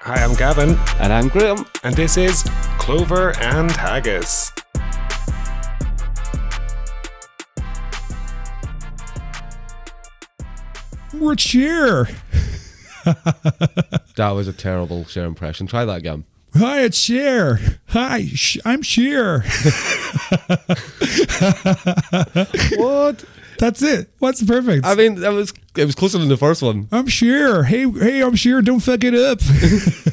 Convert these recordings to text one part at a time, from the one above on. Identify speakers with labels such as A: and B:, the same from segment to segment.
A: Hi, I'm Gavin,
B: And I'm Graham.
A: and this is Clover and Haggis.
C: We're cheer.
B: That was a terrible share impression. Try that again.
C: Hi, it's Sheer. Hi, sh- I'm Sheer.
B: What?
C: That's it. That's perfect.
B: I mean, that was it was closer than the first one.
C: I'm Sheer. Hey, hey, I'm Sheer. Don't fuck it up.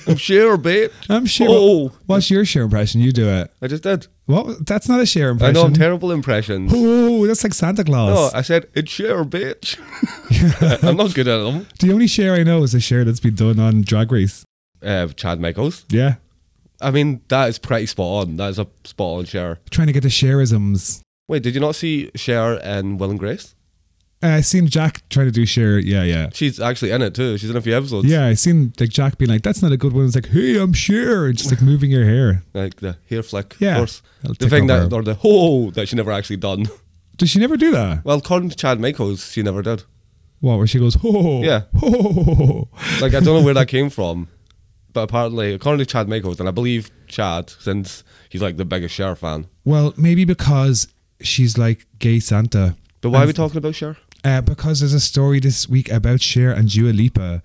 B: I'm sure, babe.
C: I'm Sheer.
B: Oh.
C: What's your Sheer impression? You do it.
B: I just did.
C: Well, that's not a Sheer
B: I
C: impression.
B: know I'm terrible impressions.
C: Oh, that's like Santa
B: No,
C: Claus.
B: I said it's sure, bitch. I'm not good at them.
C: The only Sheer I know is the Sheer that's been done on Drag Race.
B: Uh, Chad Michaels.
C: Yeah.
B: I mean, that is pretty spot on. That is a spot on share.
C: Trying to get the Sheerisms.
B: Wait, did you not see Cher in Will and Grace?
C: Uh, I seen Jack trying to do Sheer. Yeah, yeah.
B: She's actually in it too. She's in a few episodes.
C: Yeah, I seen like Jack being like, "That's not a good one." It's like, "Hey, I'm Sheer," and just like moving your hair.
B: Like the hair flick.
C: Yeah.
B: Of course.
C: I'll
B: The
C: take
B: thing
C: over.
B: that, or the ho that she never actually done.
C: Does she never do that?
B: Well, according to Chad Michaels, she never did.
C: What, where she goes, ho,
B: Yeah.
C: ho,
B: Like I don't know where that came from, but apparently, according to Chad Michaels, and I believe Chad, since he's like the biggest Cher fan.
C: Well, maybe because she's like gay Santa.
B: But why are
C: And-
B: we talking about Cher?
C: Uh, because there's a story this week about Cher and Dua Lipa.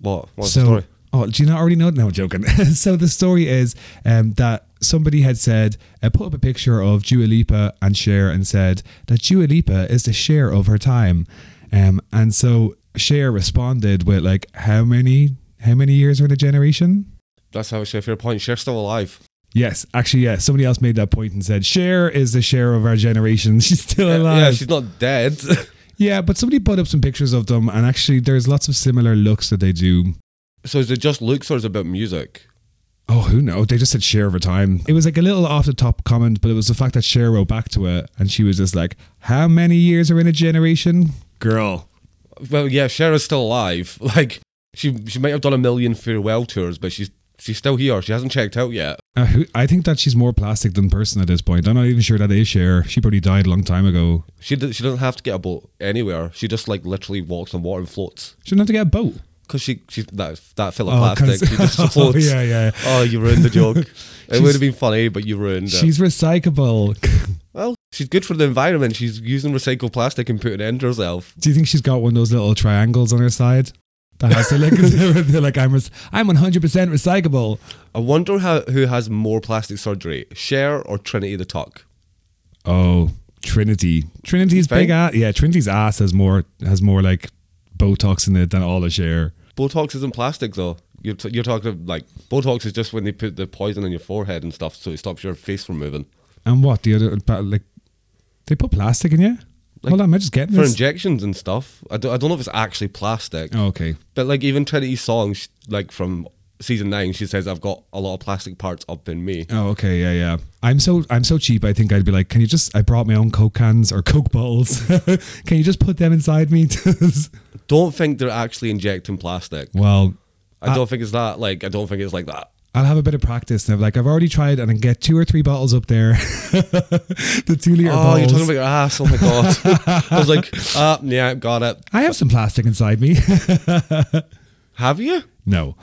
B: What? What's
C: so,
B: the story?
C: oh, do you not already know? No, I'm joking. so the story is um, that somebody had said, uh, put up a picture of Dua Lipa and Cher and said that Dua Lipa is the Cher of her time. Um, and so Cher responded with like, how many, how many years are in a generation?
B: That's how actually a fair point. Cher's still alive.
C: Yes, actually, yeah. Somebody else made that point and said, Cher is the share of our generation. She's still alive.
B: Yeah, she's not dead.
C: yeah, but somebody put up some pictures of them, and actually, there's lots of similar looks that they do.
B: so is it just looks or is it about music?
C: Oh, who knows? They just said Cher over time. It was like a little off the top comment, but it was the fact that Cher wrote back to it, and she was just like, How many years are in a generation? Girl.
B: Well, yeah, Cher is still alive. Like she she might have done a million farewell tours, but she's she's still here. She hasn't checked out yet.
C: Uh, who, I think that she's more plastic than person at this point. I'm not even sure that is Cher. She probably died a long time ago.
B: She d- she doesn't have to get a boat anywhere. She just like literally walks on water and floats.
C: She didn't have to get a boat.
B: Because she, she that that fill
C: Oh,
B: of plastic,
C: 'cause-
B: she just floats.
C: Oh, yeah, yeah.
B: Oh, you ruined the joke. it
C: She's-
B: would have been funny, but you ruined it.
C: She's recyclable.
B: Well, she's good for the environment. She's using recycled plastic and putting it into herself.
C: Do you think she's got one of those little triangles on her side? That has to like, they're like I'm, res- I'm 100% recyclable.
B: I wonder how who has more plastic surgery, Cher or Trinity the Tuck.
C: Oh, Trinity. Trinity's
B: think?
C: big ass. Yeah, Trinity's ass has more has more like Botox in it than all of Cher.
B: Botox isn't plastic though. You're, t- you're talking of, like Botox is just when they put the poison in your forehead and stuff, so it stops your face from moving
C: And what the other but, like they put plastic in you? Hold on, am I just getting
B: for
C: this?
B: injections and stuff. I don't, I don't know if it's actually plastic,
C: oh, okay.
B: but like even Trinity's songs, like from season nine, she says I've got a lot of plastic parts up in me.
C: Oh, okay. Yeah, yeah. I'm so I'm so cheap. I think I'd be like, can you just? I brought my own Coke cans or Coke bottles. can you just put them inside me?
B: Don't think they're actually injecting plastic.
C: well, Uh,
B: I don't think it's that. Like I don't think it's like that.
C: I'll have a bit of practice. And I'm like, I've already tried, and I can get two or three bottles up there. the two liter
B: Oh,
C: bottles.
B: you're talking about your ass. Oh my god. I was like, uh, yeah, got it.
C: I have some plastic inside me.
B: Have you?
C: no.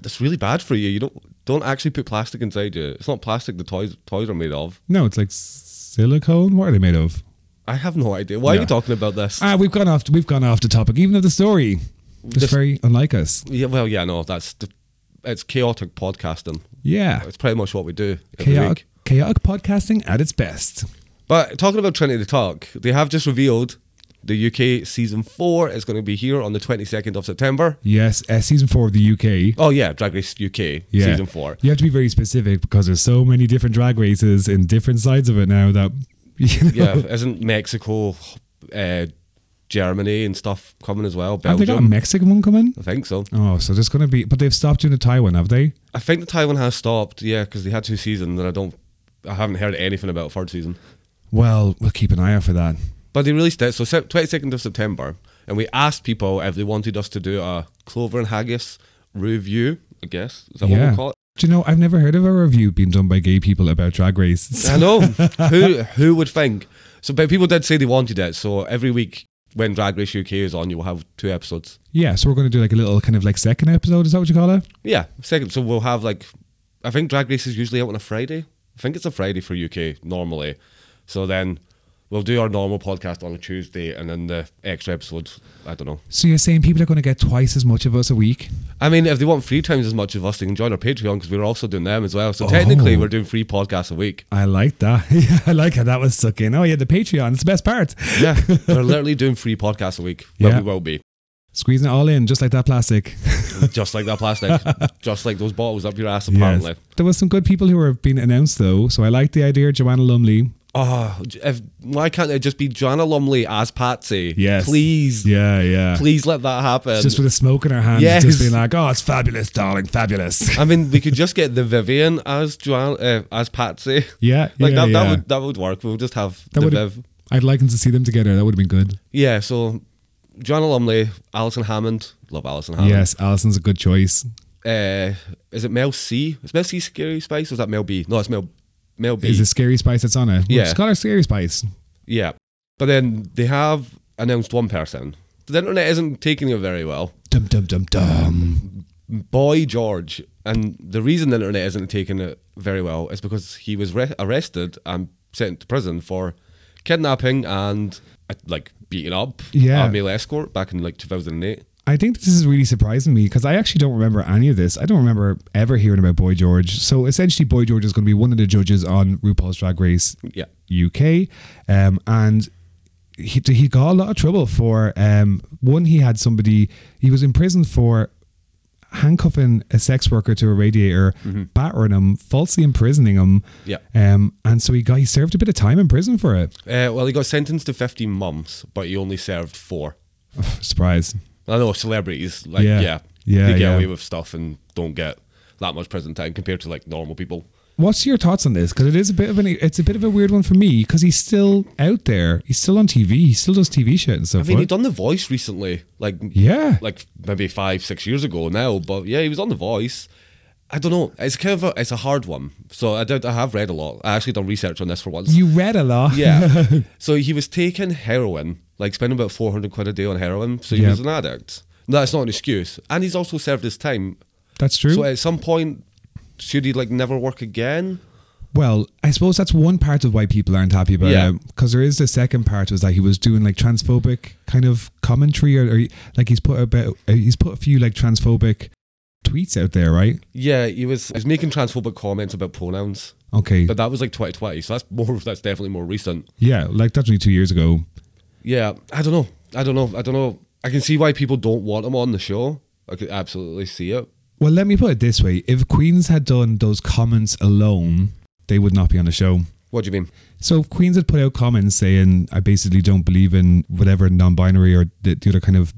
B: That's really bad for you. You don't don't actually put plastic inside you. It's not plastic. The toys toys are made of.
C: No, it's like silicone. What are they made of?
B: I have no idea. Why are you
C: Yeah.
B: talking about this?
C: Ah, we've gone off. We've gone off the topic, even of the story. It's
B: This-
C: very unlike us.
B: yeah, well, yeah, no, that's the, it's chaotic podcasting.
C: Yeah.
B: It's pretty much what we do every week.
C: Chaotic, chaotic podcasting at its best.
B: But talking about Trinity the Talk, they have just revealed the UK season four is going to be here on the twenty second of September.
C: Yes, uh, season four of the UK.
B: Oh yeah, Drag Race UK
C: Yeah.
B: season four.
C: You have to be very specific because there's so many different drag races in different sides of it now that. You know,
B: Yeah, isn't Mexico, uh, Germany and stuff coming as well?
C: have they got a
B: Belgium,
C: Mexican one coming?
B: I think so.
C: Oh, so there's going to be, but they've stopped doing the Taiwan, have they?
B: I think the Taiwan has stopped. Yeah, because they had two seasons, and I don't, I haven't heard anything about a third season.
C: Well, we'll keep an eye out for that.
B: But they released it so twenty second of September, and we asked people if they wanted us to do a Clover and Haggis review. I guess is that what
C: Yeah.
B: we call it?
C: Do you know? I've never heard of a review being done by gay people about Drag Race.
B: I know who who would think. So, but people did say they wanted it. So every week when Drag Race UK is on, you will have two episodes.
C: Yeah, so we're going to do like a little kind of like second episode. Is that what you call it?
B: Yeah, second. So we'll have like, I think Drag Race is usually out on a Friday. I think it's a Friday for UK normally. So then we'll do our normal podcast on a Tuesday, and then the extra episodes. I don't know.
C: So you're saying people are going to get twice as much of us a week?
B: I mean, if they want three times as much of us, they can join our Patreon because we're also doing them as well. So technically,
C: Oh.
B: we're doing three podcasts a week.
C: I like that. Yeah, I like how that was stuck in. Oh yeah, the Patreon. It's the best part.
B: Yeah, we're literally doing three podcasts a week. Well,
C: Yeah.
B: we will be.
C: Squeezing it all in, just like that plastic.
B: Just like that plastic, just like those bottles up your ass, apparently.
C: Yes. There was some good people who have been announced though, so I like the idea. Joanna Lumley.
B: Oh, if, why can't it just be Joanna Lumley as Patsy?
C: Yes.
B: Please,
C: Yeah, yeah.
B: please let that happen.
C: Just with a smoke in her hand,
B: Yes.
C: just being like, "Oh, it's fabulous, darling, fabulous."
B: I mean, we could just get the Vivian as Joanna, uh, as Patsy.
C: Yeah,
B: Like
C: yeah,
B: that,
C: yeah.
B: that would that would work. We'll just have the
C: That would
B: Viv.
C: have. I'd like to see them together. That would have been good.
B: Yeah, so Joanna Lumley, Alison Hammond. Love Alison Hammond.
C: Yes, Alison's a good choice.
B: uh, is it Mel C? Is Mel C Scary Spice or is that Mel B? No, it's Mel Mel B.
C: Is it Scary Spice that's on it?
B: Yeah.
C: It's called her Scary Spice.
B: yeah. But then they have announced one person. The internet isn't taking it very well.
C: Dum dum dum dum.
B: Boy George. And the reason the internet isn't taking it very well is because he was re- arrested and sent to prison for kidnapping and uh, like beating up
C: Yeah.
B: a male escort back in like 2008.
C: I think this is really surprising me because I actually don't remember any of this. I don't remember ever hearing about Boy George. So essentially, Boy George is going to be one of the judges on RuPaul's Drag Race
B: Yeah.
C: UK, um, and he he got a lot of trouble for um, one. He had somebody he was imprisoned for handcuffing a sex worker to a radiator, battering him, falsely imprisoning him.
B: Mm-hmm. Yeah.
C: Um, and so he got he served a bit of time in prison for it.
B: Uh, well, he got sentenced to 15 months, but he only served four.
C: Surprise.
B: I know celebrities, like
C: Yeah.
B: yeah,
C: Yeah,
B: they get
C: yeah.
B: away with stuff and don't get that much prison time compared to like normal people.
C: What's your thoughts on this? Because it is a bit of an it's a bit of a weird one for me because he's still out there. He's still on TV. He still does TV shit and stuff.
B: I mean, he
C: right?
B: done The Voice recently, like
C: Yeah.
B: like maybe five six years ago now. But yeah, he was on The Voice. I don't know. It's kind of a, it's a hard one. So I did I have read a lot. I actually done research on this for once.
C: you read a lot.
B: Yeah. so he was taking heroin, like spending about 400 quid a day on heroin. So he
C: Yeah.
B: was an addict. No, that's not an excuse. And he's also served his time.
C: that's true.
B: So at some point, should he like never work again?
C: Well, I suppose that's one part of why people aren't happy about
B: Yeah.
C: him. Because there is the second part was that he was doing like transphobic kind of commentary, or, or like he's put about he's put a few like transphobic tweets out there, right?
B: Yeah, he was, he was making transphobic comments about pronouns,
C: Okay,
B: but that was like 2020, so that's more. That's definitely more recent.
C: yeah, like that's only two years ago.
B: Yeah, I don't know. I don't know. I don't know. I can see why people don't want him on the show. I could absolutely see it.
C: Well, let me put it this way: if Queens had done those comments alone, they would not be on the show.
B: What do you mean?
C: So if Queens had put out comments saying, "I basically don't believe in whatever non-binary or the, the other kind of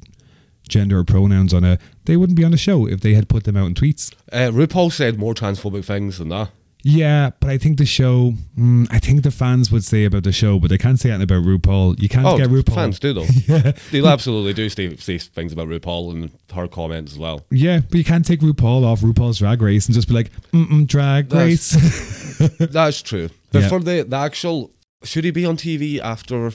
C: gender or pronouns on it," they wouldn't be on the show if they had put them out in tweets.
B: Uh, RuPaul said more transphobic things than that.
C: Yeah, but I think the show. Mm, I think the fans would say about the show, but they can't say anything about RuPaul. You can't
B: Oh,
C: get RuPaul.
B: fans do though. yeah. They absolutely do say, say things about RuPaul and her comments as well.
C: Yeah, but you can't take RuPaul off RuPaul's Drag Race and just be like, mm-mm, Drag
B: That's-
C: Race.
B: That's true. But
C: Yeah.
B: for the, the actual, should he be on TV after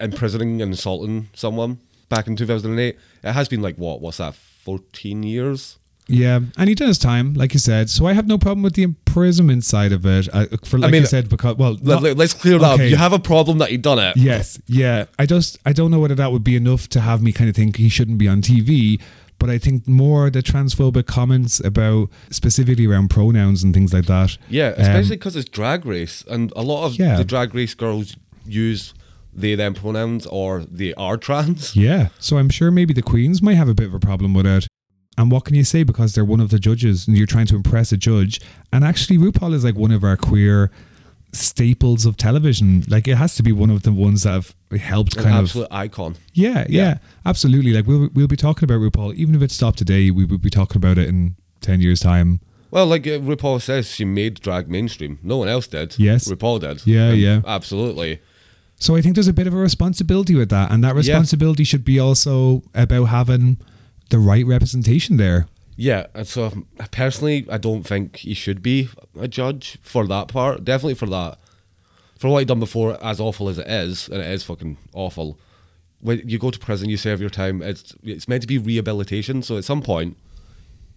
B: imprisoning and assaulting someone back in 2008? It has been like, what, what's that, 14 years?
C: yeah, and he did his time, like you said. So I have no problem with the imprisonment side of it. I, for like
B: mean,
C: you said, because well,
B: Let,
C: not-
B: us clear that
C: okay.
B: up. You have a problem that he done it.
C: Yes, yeah. I just I don't know whether that would be enough to have me kind of think he shouldn't be on TV, but I think more the transphobic comments about specifically around pronouns and things like that.
B: Yeah,
C: Um,
B: especially because it's drag race, and a lot of
C: Yeah.
B: the drag race girls use they them pronouns or they are trans.
C: yeah. So I'm sure maybe the Queens might have a bit of a problem with it. And what can you say because they're one of the judges and you're trying to impress a judge? And actually, RuPaul is like one of our queer staples of television. Like it has to be one of the ones that have helped
B: An
C: kind of
B: absolute icon.
C: Yeah, yeah, absolutely. Like we'll we'll be talking about RuPaul, even if it stopped today, we would be talking about it in ten years' time.
B: Well, like uh, RuPaul says, she made drag mainstream. No one else did.
C: Yes.
B: RuPaul did. Um,
C: Yeah, yeah.
B: Absolutely.
C: So I think there's a bit of a responsibility with that, and that responsibility should be also about having the right representation there.
B: Yeah, and so um, personally, I don't think he should be a judge for that part. Definitely for that, for what he done before, as awful as it is, and it is fucking awful. when you go to prison, you serve your time. It's it's meant to be rehabilitation. So at some point,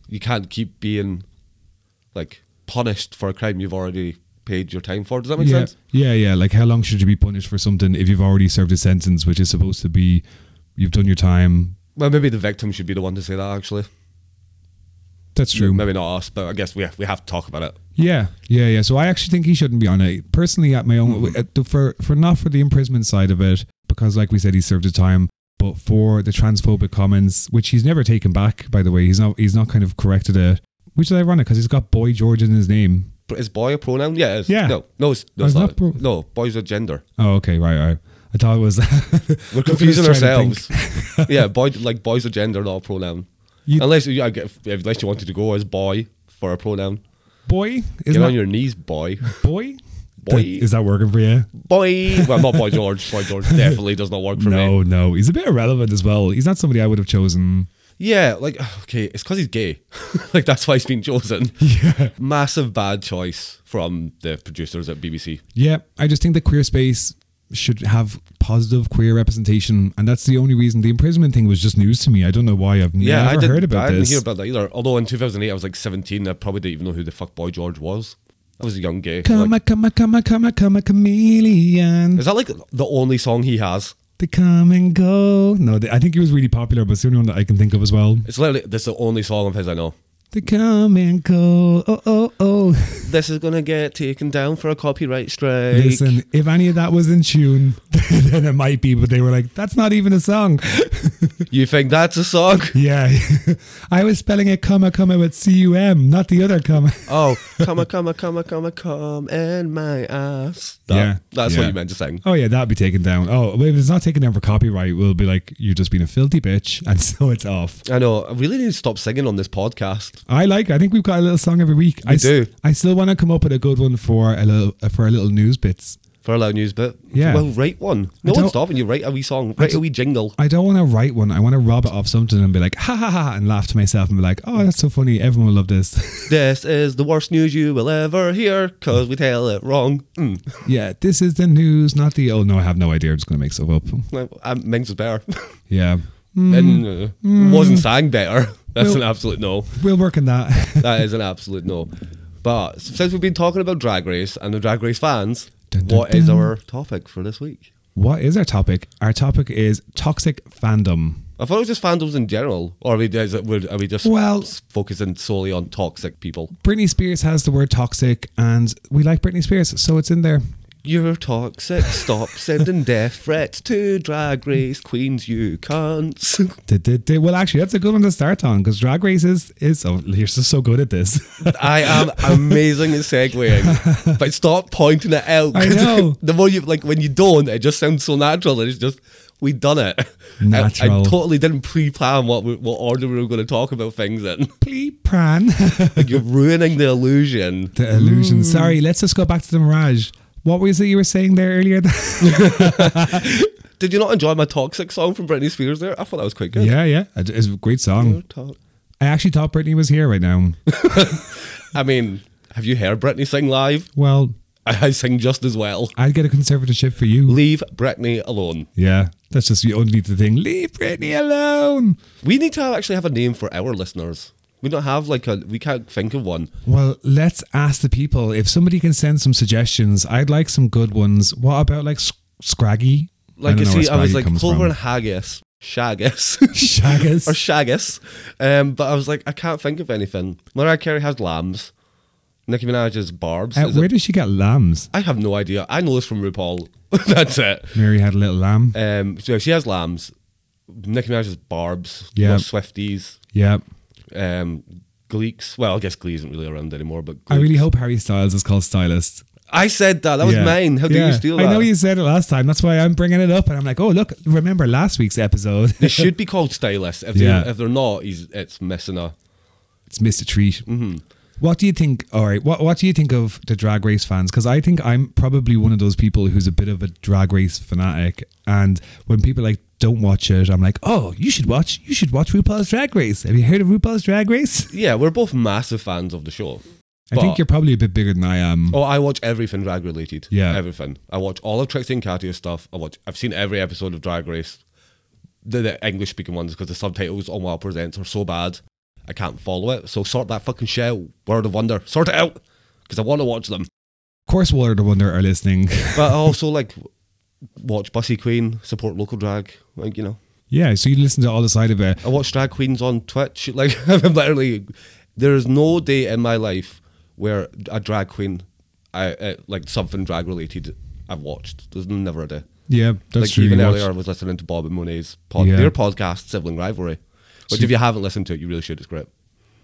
B: you can't keep being like punished for a crime you've already paid your time for. Does that make
C: yeah,
B: sense?
C: yeah, yeah. Like, how long should you be punished for something if you've already served a sentence, which is supposed to be you've done your time?
B: Well, maybe the victim should be the one to say that. Actually,
C: That's true.
B: Maybe not us, but I guess we we have to talk about it.
C: Yeah, yeah, yeah. So I actually think he shouldn't be on it. Personally, at my own
B: Mm-hmm.
C: at the- for for not for the imprisonment side of it, because like we said, he served his time. But for the transphobic comments, which he's never taken back, by the way, he's not he's not kind of corrected it, which is ironic because he's got boy George in his name.
B: But is boy a pronoun? Yeah. It is.
C: Yeah.
B: No. No. It's, no,
C: It's
B: it's not.
C: not pro-
B: no. Boy's a gender.
C: Oh, okay, right, right. I thought it was.
B: We're confusing ourselves. yeah. Boy. Like boy's a gender, not a pronoun.
C: You-
B: unless you, I get, unless you wanted to go as boy for a pronoun.
C: boy,
B: Get
C: isn't
B: on
C: that
B: your knees, boy.
C: boy?
B: Boy.
C: Th- is that working for you?
B: Boy. Well, not boy George. Boy George definitely does not work for me.
C: No, no. He's a bit irrelevant as well. He's not somebody I would have chosen.
B: Yeah. Like okay, it's because he's gay. like that's why he's been chosen. Yeah. Massive bad choice from the producers at BBC.
C: Yeah, I just think the queer space should have positive queer representation, and that's the only reason the imprisonment thing was just news to me. I don't know why I've
B: Yeah, I
C: never
B: didn't,
C: heard about
B: I didn't
C: this.
B: hear about that either. Although in 2008 I was like 17, I probably didn't even know who the fuck Boy George was. I was a young gay.
C: come
B: Like,
C: a come a come a come a come a chameleon,
B: is that like the only song he has?
C: the come and go. No, the, I think he was really popular, but it's the only one that I can think of as well.
B: It's literally that's the only song of his I know.
C: The come and go. Oh oh oh.
B: This is gonna get taken down for a copyright strike.
C: Listen, if any of that was in tune, then it might be. But they were like, "That's not even a song."
B: You think that's a song?
C: Yeah, I was spelling it comma comma with C U M, not the other comma.
B: Oh, come a come a come a come a come and my ass. That-
C: Yeah,
B: that's
C: yeah.
B: what you meant to sing.
C: Oh yeah, that'd be taken down. Oh, but if it's not taken down for copyright, we'll be like, you're just being a filthy bitch, and so it's off.
B: I know. I really need to stop singing on this podcast.
C: I like. I think we've got a little song every week. I s-
B: do.
C: I still want to come up with a good one for a little uh, for a little news bits.
B: For a loud news bit.
C: Yeah.
B: Well, write one. No
C: don't-
B: one's stopping you. Write a wee song. Write a
C: don't-
B: wee jingle.
C: I don't want to write one. I want to rob it off something and be like, ha ha ha, and laugh to myself and be like, oh, that's so funny. Everyone will love this.
B: This is the worst news you will ever hear, 'cause we tell it wrong. Mm.
C: yeah, this is the news, not the. Oh no, I have no idea. I'm just gonna make stuff up.
B: Like, uh, Mings is better.
C: Yeah,
B: and uh, wasn't sang better. That's
C: Mm. Well-
B: an absolute no.
C: we'll work on that.
B: That is an absolute no. But since we've been talking about Drag Race and the Drag Race fans, what
C: Dun,
B: is
C: dun, dun.
B: our topic for this week?
C: what is our topic? Our topic is toxic fandom.
B: I thought it was just fandoms in general, or are we, is it, would- are we just
C: Well-
B: s- focusing solely on toxic people?
C: Britney Spears has the word toxic, and we like Britney Spears, so it's in there.
B: You're toxic. Stop sending death threats to Drag Race queens. You can't.
C: Did- did- did- Well, actually, that's a good one to start on because Drag Race is is oh, you're just so good at this.
B: I am amazing at segueing, but stop pointing it out.
C: I
B: 'cause
C: know.
B: The more you like, when you don't, it just sounds so natural. that It's just we done it. I- I,
C: Natural.
B: totally didn't pre-plan what we, what order we were going to talk about things in.
C: Plea pran.
B: Like you're ruining the illusion.
C: the illusion. Sorry, let's just go back to the mirage. What was it you were saying there earlier?
B: Did you not enjoy my toxic song from Britney Spears? There, I thought that was quite good.
C: yeah, yeah, it- it's a great
B: You're
C: song.
B: toxic.
C: I actually thought Britney was here right now.
B: I mean, have you heard Britney sing live?
C: Well,
B: I, I sing just as well.
C: I'd get a conservatorship for you.
B: Leave Britney alone.
C: Yeah, that's just the only the thing. Leave Britney alone.
B: We need to actually have a name for our listeners. We don't have like a. We can't think of one.
C: Well, let's ask the people. If somebody can send some suggestions, I'd like some good ones. What about like sc- Scraggy?
B: Like you
C: don't know where
B: see, I was
C: Scraggy
B: like
C: comes
B: Clover
C: from.
B: and Haggis, Shaggis,
C: Shaggers.
B: or Shaggis, um, but I was like, I can't think of anything. Mariah Carey has lambs. Nicki Minaj has barbs.
C: Uh,
B: Is it-
C: where does she get lambs?
B: I have no idea. I know this from RuPaul. That's it.
C: Mary had a little lamb.
B: Um, so she has lambs. Nicki Minaj has barbs.
C: Yeah.
B: loves Swifties.
C: yeah.
B: Um, Gleeks. Well, I guess Glee isn't really around anymore, but
C: I
B: Gleeks.
C: really hope Harry Styles is called stylist.
B: I said that. That was
C: Yeah.
B: mine. How do
C: Yeah.
B: you steal that?
C: I know you said it last time. That's why I'm bringing it up. And I'm like, oh, look, remember last week's episode?
B: They should be called stylists. If, they,
C: Yeah.
B: if they're not, he's, it's missing a.
C: it's missed a treat.
B: Mm-hmm.
C: What do you think? All right, what what do you think of the drag race fans? Because I think I'm probably one of those people who's a bit of a drag race fanatic, and when people like don't watch it, I'm like, oh, you should watch, you should watch RuPaul's Drag Race. Have you heard of RuPaul's Drag Race?
B: Yeah, we're both massive fans of the show.
C: I think
B: But-
C: you're probably a bit bigger than I am.
B: Oh, I watch everything drag related.
C: Yeah.
B: everything. I watch all of Trixie and Katya's stuff. I watch. I've seen every episode of Drag Race. the, the English speaking ones because the subtitles on Wild Presents are so bad, I can't follow it. So sort that fucking shit out. World of Wonder, sort it out because I want to watch them.
C: Of course, Willard and Wonder are listening.
B: But I also like watch Bussy Queen, support local drag. Like you know,
C: yeah, so you listen to all the side of it.
B: I watch drag queens on Twitch. Like I'm literally, there is no day in my life where a drag queen, I uh, like something drag related, I've watched. There's never a day.
C: Yeah, that's
B: like
C: true.
B: even
C: you watch-
B: earlier, I was listening to Bob and Monet's pod,
C: Yeah.
B: their podcast, Sibling Rivalry, which if you haven't listened to it, you really should. It's great.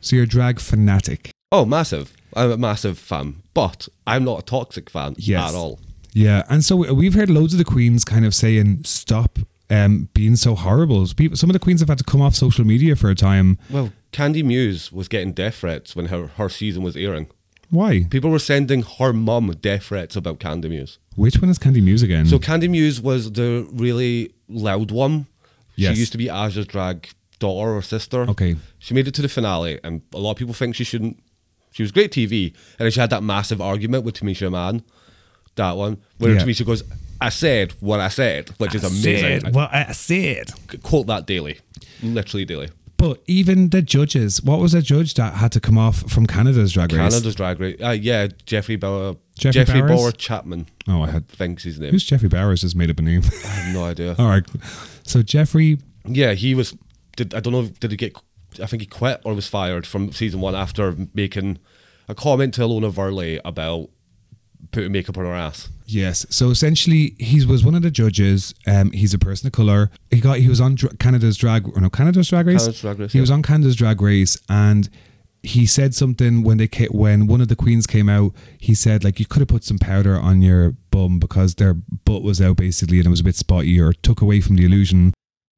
C: So you're a drag fanatic.
B: Oh, massive! I'm a massive fan, but I'm not a toxic fan
C: Yes.
B: at all.
C: Yeah, and so we- we've heard loads of the queens kind of saying stop um, being so horrible. People, some of the queens have had to come off social media for a time.
B: Well, Candy Muse was getting death threats when her, her season was airing.
C: Why?
B: People were sending her mum death threats about Candy Muse.
C: Which one is Candy Muse again?
B: So Candy Muse was the really loud one.
C: Yes.
B: She used to be Asia's drag daughter or sister.
C: Okay.
B: She made it to the finale, and a lot of people think she shouldn't. She was great TV, and then she had that massive argument with Tamisha Mann, that one, where
C: Yeah.
B: Tamisha goes, "I said what I said," which is amazing.
C: well, I said.
B: I quote that daily, literally daily.
C: But even the judges, what was the judge that had to come off from Canada's drag race?
B: Canada's Drag Race. Uh, yeah, Jeffrey Bauer.
C: Jeffrey
B: Jeffrey
C: Bowers?
B: Bauer Chapman.
C: Oh, I had.
B: Thinks his name.
C: Who's Jeffrey Bowers? Just made up a name.
B: I have no idea.
C: All right. So Jeffrey,
B: Yeah, he was. Did I don't know? Did he get? I think he quit or was fired from season one after making a comment to Alona Verley about putting makeup on her ass.
C: yes. So essentially, he was one of the judges. Um, he's a person of color. He got he was on Dra- Canada's drag or no Canada's drag race.
B: Canada's Drag Race,
C: He
B: yeah.
C: was on Canada's drag race and. He said something when they ca- when one of the queens came out. He said like you could have put some powder on your bum because their butt was out basically and it was a bit spotty or took away from the illusion.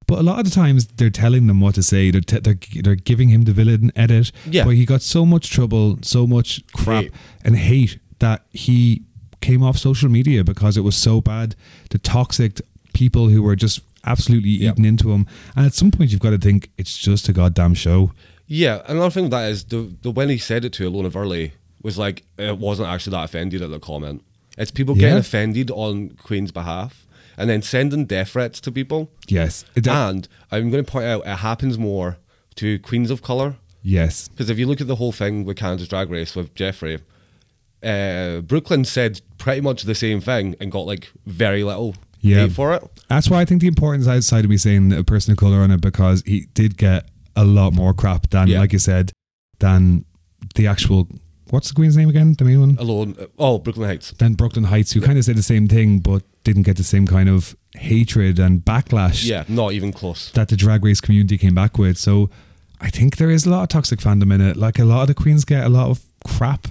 C: But a lot of the times they're telling them what to say. They're t- they're, they're giving him the villain edit.
B: Yeah.
C: But he got so much trouble, so much crap
B: Hate.
C: and hate that he came off social media because it was so bad. The toxic people who were just absolutely eating into him. And at some point, you've got to think it's just a goddamn show.
B: Yeah, another thing with that is the, the when he said it to Alona Verley was like it wasn't actually that offended at the comment. It's people
C: Yeah.
B: getting offended on Queen's behalf and then sending death threats to people.
C: Yes. It-
B: And I'm going to point out it happens more to queens of color
C: yes.
B: Because if you look at the whole thing with Canada's Drag Race with Jeffrey, uh, Brooklyn said pretty much the same thing and got like very little
C: Yeah.
B: hate for it.
C: That's why I think the importance outside of me saying a person of color on it because he did get a lot more crap than,
B: Yeah.
C: like you said, than the actual. What's the queen's name again? The main one?
B: Alone, oh Brooklyn Heights.
C: than Brooklyn Heights, who kind of said the same thing but didn't get the same kind of hatred and backlash
B: Yeah, not even close.
C: that the drag race community came back with. So I think there is a lot of toxic fandom in it. Like a lot of the queens get a lot of crap.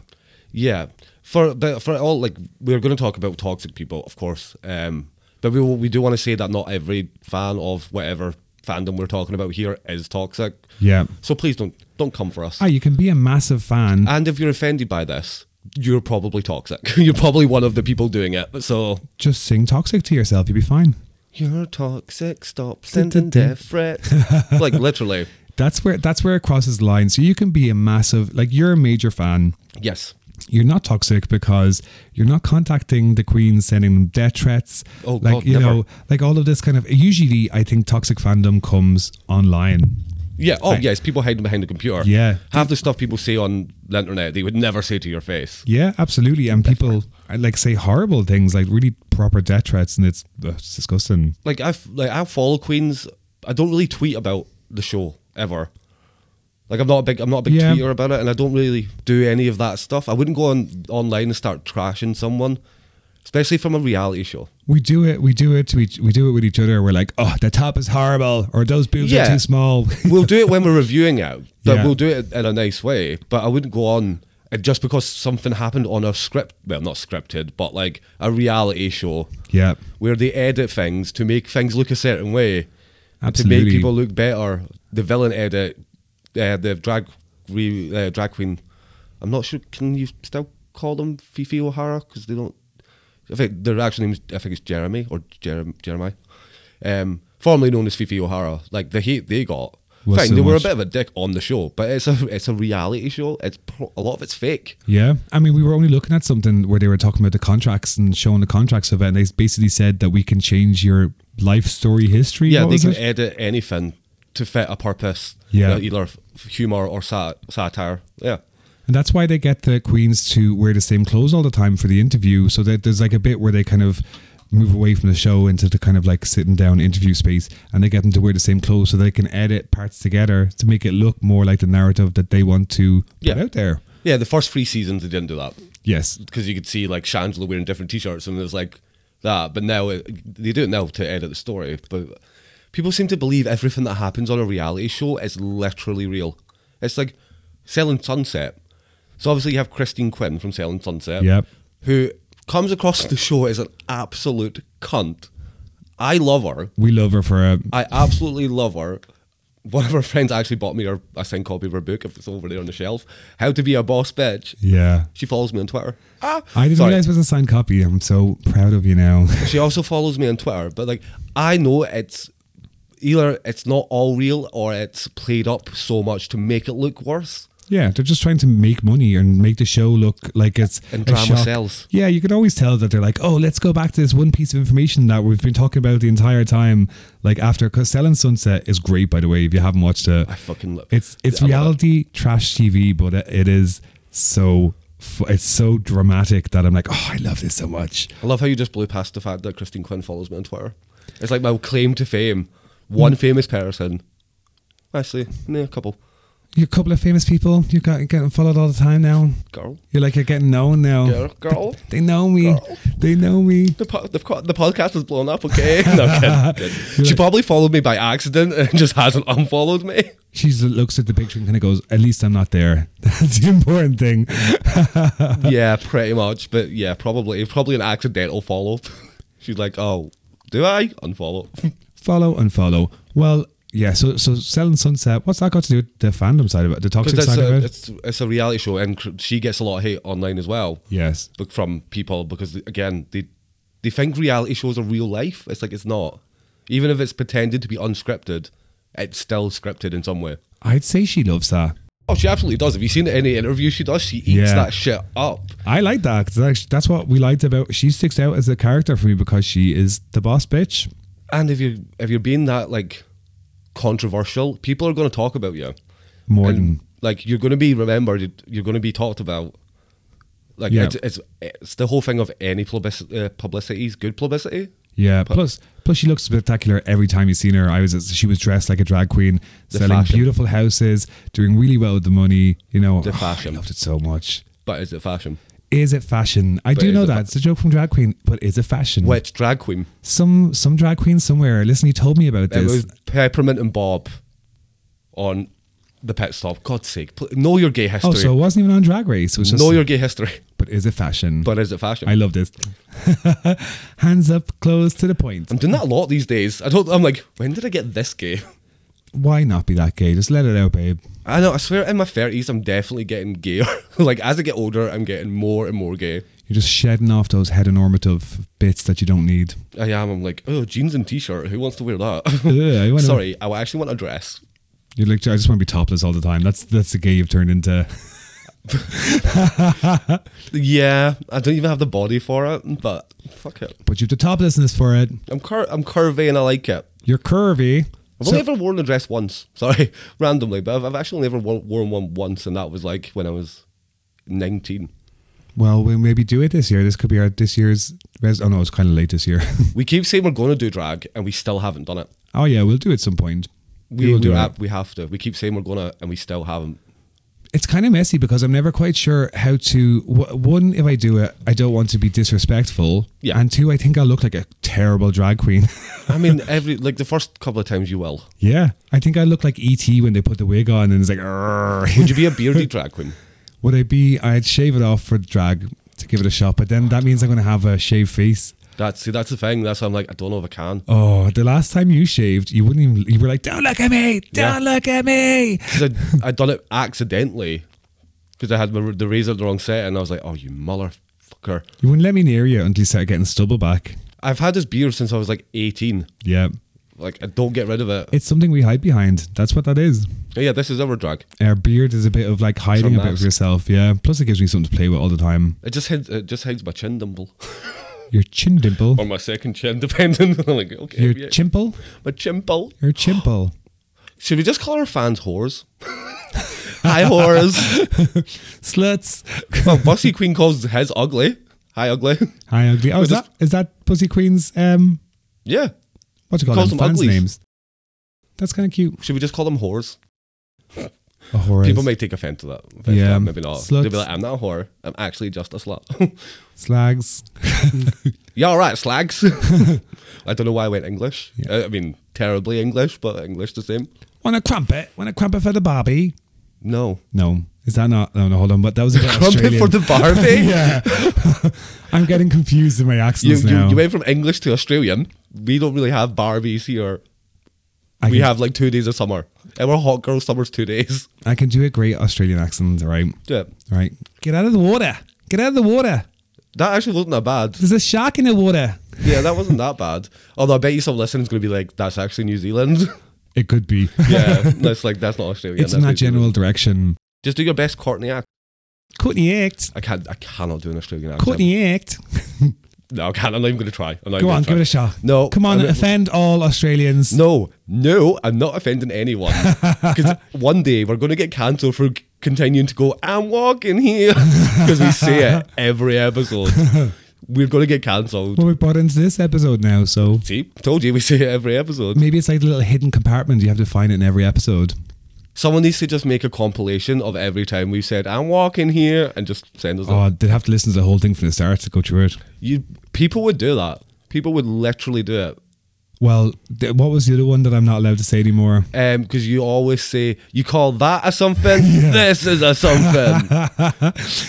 B: Yeah, for but for all like we're going to talk about toxic people, of course. Um, but we will- we do want to say that not every fan of whatever fandom we're talking about here is toxic.
C: Yeah.
B: So please don't don't come for us.
C: Ah, you can be a massive fan.
B: and if you're offended by this, you're probably toxic. you're probably one of the people doing it. So
C: Just sing toxic to yourself. You'll be fine.
B: You're toxic, stop sending death threats. like, literally.
C: That's where that's where it crosses the line. So you can be a massive like you're a major fan.
B: Yes.
C: You're not toxic because you're not contacting the queens, sending them death threats.
B: Oh,
C: like
B: God,
C: you know,
B: never.
C: like all of this kind of. Usually, I think toxic fandom comes online.
B: Yeah. Oh,
C: Right.
B: yes. People hiding behind the computer.
C: Yeah.
B: Half the stuff people say on the internet, they would never say to your face.
C: Yeah, absolutely. And people I like say horrible things, like really proper death threats, and it's, ugh, it's disgusting.
B: Like, I have like I follow Queens. I don't really tweet about the show ever. Like, I'm not a big I'm not a big
C: Yeah.
B: tweeter about it, and I don't really do any of that stuff. I wouldn't go on online and start trashing someone, especially from a reality show.
C: We do it. We do it to each. We do it with each other. We're like, oh, the top is horrible, or those boobs are
B: Yeah.
C: too small.
B: we'll do it when we're reviewing it, but
C: Yeah.
B: we'll do it in a nice way. But I wouldn't go on and just because something happened on a script, well, not scripted, but like a reality show
C: yeah,
B: where they edit things to make things look a certain way, and to make
C: Absolutely.
B: people look better. The villain edit, uh, the drag re, uh, drag queen. I'm not sure. Can you still call them Fifi O'Hara? Because they don't. I think their actual name is I think it's Jeremy or Jerem, Jeremiah, um, formerly known as Fifi O'Hara. Like the hate they got
C: was
B: Fine,
C: so
B: they were
C: much.
B: a bit of a dick on the show, but it's a it's a reality show. It's pro- a lot of it's fake.
C: Yeah, I mean, we were only looking at something where they were talking about the contracts and showing the contracts of it, and they basically said that we can change your life story history.
B: Yeah,
C: What
B: they
C: was
B: can
C: it?
B: edit anything to fit a purpose.
C: Yeah.
B: uh, either f- humor or sat- satire. Yeah,
C: And that's why they get the queens to wear the same clothes all the time for the interview. So that there's like a bit where they kind of move away from the show into the kind of like sitting down interview space, and they get them to wear the same clothes so they can edit parts together to make it look more like the narrative that they want to put
B: Yeah.
C: out there.
B: yeah. The first three seasons they didn't do that
C: Yes,
B: because you could see like Shangela wearing different T-shirts and it was like that. But now it, they do it now to edit the story. But people seem to believe everything that happens on a reality show is literally real. It's like Selling Sunset. So obviously you have Christine Quinn from Selling Sunset.
C: Yep.
B: Who comes across the show as an absolute cunt. I love her.
C: we love her for a.
B: I absolutely love her. One of her friends actually bought me her, a signed copy of her book, if it's over there on the shelf. How to be a boss bitch.
C: Yeah.
B: She follows me on Twitter. Ah,
C: I didn't
B: sorry.
C: realize it was a signed copy. I'm so proud of you now.
B: She also follows me on Twitter, but like I know it's either it's not all real or it's played up so much to make it look worse.
C: Yeah, they're just trying to make money and make the show look like it's
B: And
C: a
B: drama
C: shop.
B: sells.
C: Yeah, you can always tell that they're like, oh, let's go back to this one piece of information that we've been talking about the entire time. Like after, because Selling Sunset is great, by the way. If you haven't watched it,
B: I fucking love
C: it's it's
B: I love it.
C: reality trash TV, but it, it is so fu- it's so dramatic that I'm like, oh, I love this so much.
B: I love how you just blew past the fact that Christine Quinn follows me on Twitter. It's like my claim to fame. One famous person. Hmm. Actually, no, a couple.
C: You're a couple of famous people. You're got- getting followed all the time now.
B: Girl.
C: You're like you're getting known now.
B: Girl. girl.
C: They know me.
B: Girl.
C: They know me.
B: The, po- the, co- the podcast is blown up, okay? No, kidding, kidding. She probably followed me by accident and just hasn't unfollowed me.
C: She just looks at the picture and kind of goes, "At least I'm not there." That's the important thing.
B: yeah, pretty much. But yeah, probably probably an accidental follow. She's like, oh, do I unfollow?
C: Follow and follow. Well, yeah. So, so selling sunset. What's that got to do with the fandom side of it? The toxic
B: Because
C: side
B: a,
C: of it.
B: it's it's a reality show, and cr- she gets a lot of hate online as well.
C: Yes.
B: but from people because again they they think reality shows are real life. It's like it's not. Even if it's pretended to be unscripted, it's still scripted in some way.
C: I'd say she loves that.
B: Oh, she absolutely does. Have you seen any interview she does? She eats
C: Yeah.
B: that shit up.
C: I like that. 'cause that's- That's what we liked about. She sticks out as a character for me because she is the boss bitch.
B: And if you if you're being that like controversial, people are going to talk about you.
C: More
B: And,
C: than
B: like you're going to be remembered. You're going to be talked about. Like
C: Yeah.
B: it's, it's it's the whole thing of any publicity, uh, publicity is good publicity.
C: yeah. Plus, plus she looks spectacular every time you've seen her. I was she was dressed like a drag queen,
B: The
C: selling
B: fashion.
C: beautiful houses, doing really well with the money. You know,
B: The
C: Oh,
B: fashion.
C: I loved it so much.
B: But is it fashion?
C: Is it fashion? I
B: But
C: do
B: is
C: know
B: it
C: that.
B: fa-
C: it's a joke from Drag Queen, but is it fashion?
B: Which drag queen?
C: Some some drag queen somewhere. Listen, he told me about
B: It
C: this.
B: was Peppermint and Bob on the pit stop. God's sake, pl- know your gay history.
C: oh, so it wasn't even on Drag Race. It was just,
B: know your gay history.
C: but is it fashion?
B: But is it fashion?
C: I love this. Hands up, close to the point.
B: I'm doing that a lot these days. I don't. I'm like, when did I get this gay?
C: Why not be that gay? Just let it out, babe.
B: I know. I swear, in my thirties, I'm definitely getting gayer. like as I get older, I'm getting more and more gay.
C: You're just shedding off those heteronormative bits that you don't need.
B: I am. I'm like, oh, jeans and t-shirt. Who wants to wear that?
C: Ugh, I wanna-
B: Sorry, I actually want a dress.
C: You're like, I just want to be topless all the time. That's that's the gay you've turned into.
B: Yeah, I don't even have the body for it, but fuck it.
C: But you've the toplessness for it.
B: I'm cur- I'm curvy and I like it.
C: You're curvy.
B: I've
C: So-
B: only ever worn a dress once. Sorry, randomly, but I've, I've actually only ever wor- worn one once, and that was like when I was nineteen.
C: Well, we'll maybe do it this year. This could be our this year's. Res- oh no, it's kind of late this year.
B: We keep saying we're going to do drag, and we still haven't done it.
C: oh yeah, we'll do it some point.
B: We,
C: We will
B: we
C: do
B: have,
C: it.
B: we have to. We keep saying we're going to, and we still haven't.
C: It's kind of messy because I'm never quite sure how to. wh- One, if I do it, I don't want to be disrespectful.
B: Yeah.
C: And two, I think I'll look like a terrible drag queen.
B: I mean, every like the first couple of times you will.
C: yeah, I think I look like ET when they put the wig on and it's like. "Arrgh."
B: Would you be a bearded drag queen?
C: Would I be? I'd shave it off for drag to give it a shot, but then that means I'm going to have a shaved face.
B: That's see, that's the thing. That's why I'm like, I don't know if I can.
C: Oh, the last time you shaved, you wouldn't even. You were like, "Don't look at me! Don't look at me!"
B: 'Cause I'd, I'd done it accidentally because I had my, the razor in the wrong set, and I was like, oh, you motherfucker!
C: You wouldn't let me near you until you started getting stubble back.
B: I've had this beard since I was like eighteen.
C: Yeah.
B: Like, I don't get rid of it.
C: It's something we hide behind. That's what that is.
B: Yeah, this is our drag.
C: Our beard is a bit of like hiding
B: Some
C: a bit of
B: mask.
C: yourself. Yeah. Plus, it gives me something to play with all the time.
B: It just hides, it just hides my chin dimple
C: Your chin dimple.
B: or my second chin, depending. I'm like, okay,
C: Your
B: Oh, yeah.
C: chimple.
B: my chimple.
C: Your chimple.
B: Should we just call our fans whores? Hi, whores.
C: Sluts.
B: well, Bussy Queen calls his ugly. Hi, ugly.
C: Hi, ugly. Oh, is
B: just-
C: that is that Pussy Queen's um
B: Yeah.
C: what do you
B: He
C: call them?
B: calls them
C: Fans
B: uglies.
C: names. That's kind of cute.
B: Should we just call them whores?
C: A horror.
B: People may take offense to that. offense to
C: Yeah.
B: that, Maybe not. They'll
C: Sluts.
B: be like, I'm not a whore. I'm actually just a slut.
C: slags.
B: yeah, all right, slags. I don't know why I went English. I, I mean, terribly English, but English the same.
C: Want a crumpet? Want a crumpet for the Barbie?
B: No.
C: No, is that not? No, no, hold on. But that was a bit
B: Crumpet
C: Australian.
B: for the Barbie?
C: yeah, I'm getting confused in my
B: you,
C: accents now.
B: you, you went from English to Australian. We don't really have Barbies here.
C: I
B: we
C: can,
B: have like two days of summer. And we're hot girl summer's two days.
C: I can do a great Australian accent. All right,
B: Yeah.
C: all right. Get out of the water. Get out of the water.
B: That actually wasn't that bad.
C: There's a shark in the water.
B: Yeah, that wasn't that bad. Although I bet you some listeners going to be like, that's actually New Zealand.
C: It could be.
B: yeah, that's like, that's not Australia.
C: it's in
B: that's
C: that
B: New Zealand.
C: general direction.
B: Just do your best Courtney act.
C: Courtney Act.
B: I can't, I cannot do an Australian accent.
C: Courtney Act.
B: No, I can't. I'm not even going to try. I'm not
C: Go
B: even
C: on,
B: gonna try.
C: give it a shot.
B: No.
C: Come on,
B: I'm not-
C: offend all Australians.
B: No, no, I'm not offending anyone. Because one day we're going to get cancelled for c- continuing to go, I'm walking here. Because we say it every episode. We're going to get cancelled.
C: Well, we brought into this episode now, so
B: See, told you we say it every episode.
C: maybe it's like a little hidden compartment. You have to find it in every episode.
B: Someone needs to just make a compilation of every time we've said, I'm walking here, and just send us
C: Oh, they'd have to listen to the whole thing from the start to go through it.
B: You people would do that. People would literally do it.
C: Well, th- what was the other one that I'm not allowed to say anymore?
B: Um, because you always say you call that a something. This is a something.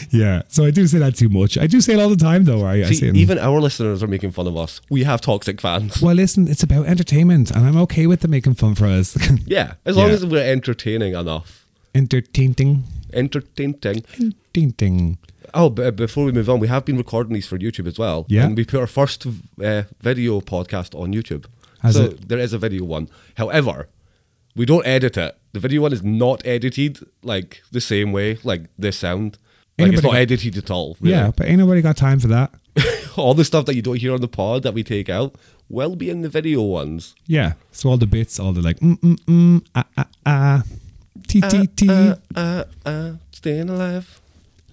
C: Yeah, so I do say that too much. I do say it all the time, though. I, I
B: See,
C: say it.
B: even our listeners are making fun of us. We have toxic fans.
C: well, listen, it's about entertainment, and I'm okay with them making fun for us.
B: Yeah, as long
C: Yeah.
B: as we're entertaining enough,
C: Entertaining,
B: entertaining.
C: entertaining.
B: Oh, but before we move on, we have been recording these for YouTube as well.
C: Yeah.
B: and we put our first uh, video podcast on YouTube.
C: Has
B: so
C: it?
B: there is a video one. However, we don't edit it. The video one is not edited like the same way, like this sound. Like it's
C: Anybody
B: not
C: got-
B: edited at all. really.
C: Yeah, but ain't nobody got time for that.
B: all the stuff that you don't hear on the pod that we take out will be in the video ones.
C: Yeah, so all the bits, all the like, mm mm mm, ah ah ah, t t t.
B: Uh, uh, uh, staying alive.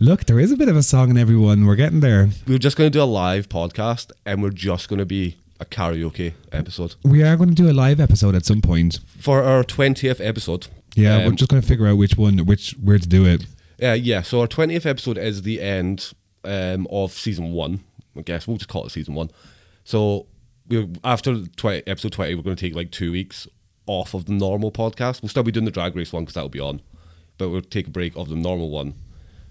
C: Look, there is a bit of a song in everyone. We're getting there.
B: We're just going to do a live podcast and we're just going to be a karaoke episode.
C: We are going to do a live episode at some point.
B: For our 20th episode.
C: Yeah,
B: um,
C: we're just going to figure out which one, which where to do it.
B: uh, yeah, so our 20th episode is the end um, of season one. I guess we'll just call it season one. So we're, after 20, episode 20, we're going to take like two weeks off of the normal podcast. We'll still be doing the drag race one because that'll be on, but we'll take a break of the normal one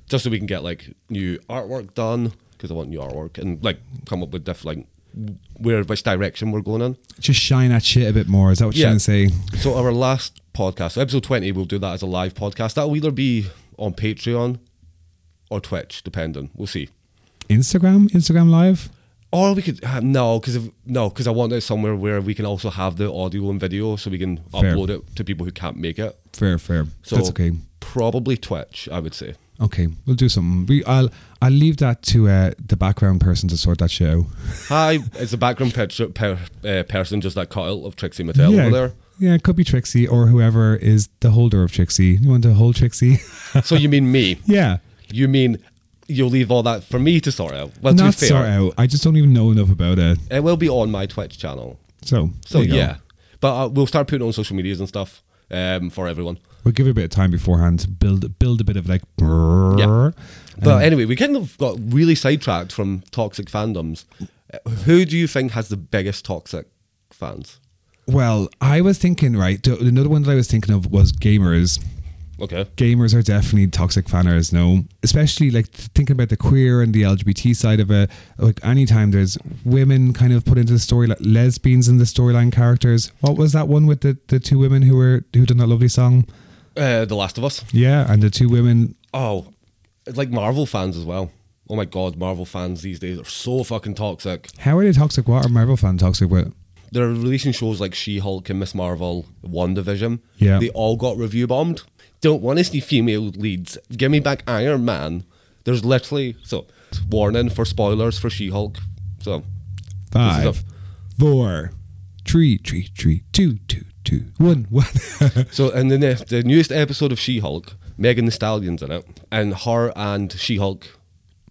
B: just so we can get like new artwork done because I want new artwork and like come up with different like where which direction we're going in.
C: Just shine that shit a bit more. Is that what you're
B: Yeah.
C: trying to say?
B: So our last podcast, so episode twenty, we'll do that as a live podcast. That'll either be on Patreon or Twitch, depending. We'll see.
C: Instagram, Instagram live.
B: Or we could uh, no, because no, because I want it somewhere where we can also have the audio and video, so we can
C: Fair.
B: upload it to people who can't make it.
C: Fair, fair.
B: So
C: That's okay.
B: Probably Twitch, I would say.
C: Okay, we'll do something. We, I'll, I'll leave that to uh, the background person to sort that shit out.
B: Hi, it's the background picture per, uh, person just that cut out of Trixie Mattel
C: yeah,
B: over there.
C: yeah, it could be Trixie or whoever is the holder of Trixie. You want to hold Trixie?
B: So you mean me?
C: yeah.
B: You mean you'll leave all that for me to sort out? Well,
C: Not
B: to be fair,
C: sort out. I just don't even know enough about it.
B: it will be on my Twitch channel.
C: So,
B: So
C: there you go.
B: yeah, but uh, we'll start putting it on social medias and stuff um, for everyone.
C: We'll give it a bit of time beforehand to build build a bit of like. brrrr.
B: But anyway, we kind of got really sidetracked from toxic fandoms. Uh, Who do you think has the biggest toxic fans?
C: Well, I was thinking right. th- Another one that I was thinking of was gamers.
B: Okay.
C: Gamers are definitely toxic fanners. No, especially like th- thinking about the queer and the LGBT side of it. Like anytime there's women kind of put into the story, like lesbians in the storyline characters. What was that one with the, the two women who were who done that lovely song?
B: Uh, the Last of Us.
C: Yeah, and the two women.
B: Oh, it's like Marvel fans as well. Oh my god, Marvel fans these days are so fucking toxic.
C: How are they toxic? What are Marvel fan toxic with?
B: they're releasing shows like She Hulk and Miss Marvel, One Division.
C: Yeah.
B: They all got review bombed. Don't want to see female leads. Give me back Iron Man. There's literally so warning for spoilers for She Hulk. So this
C: Five,
B: is
C: four, three, three, three, two, two, two, one, one.
B: a- so in the ne- the newest episode of She Hulk, Megan the Stallion's in it, and her and She Hulk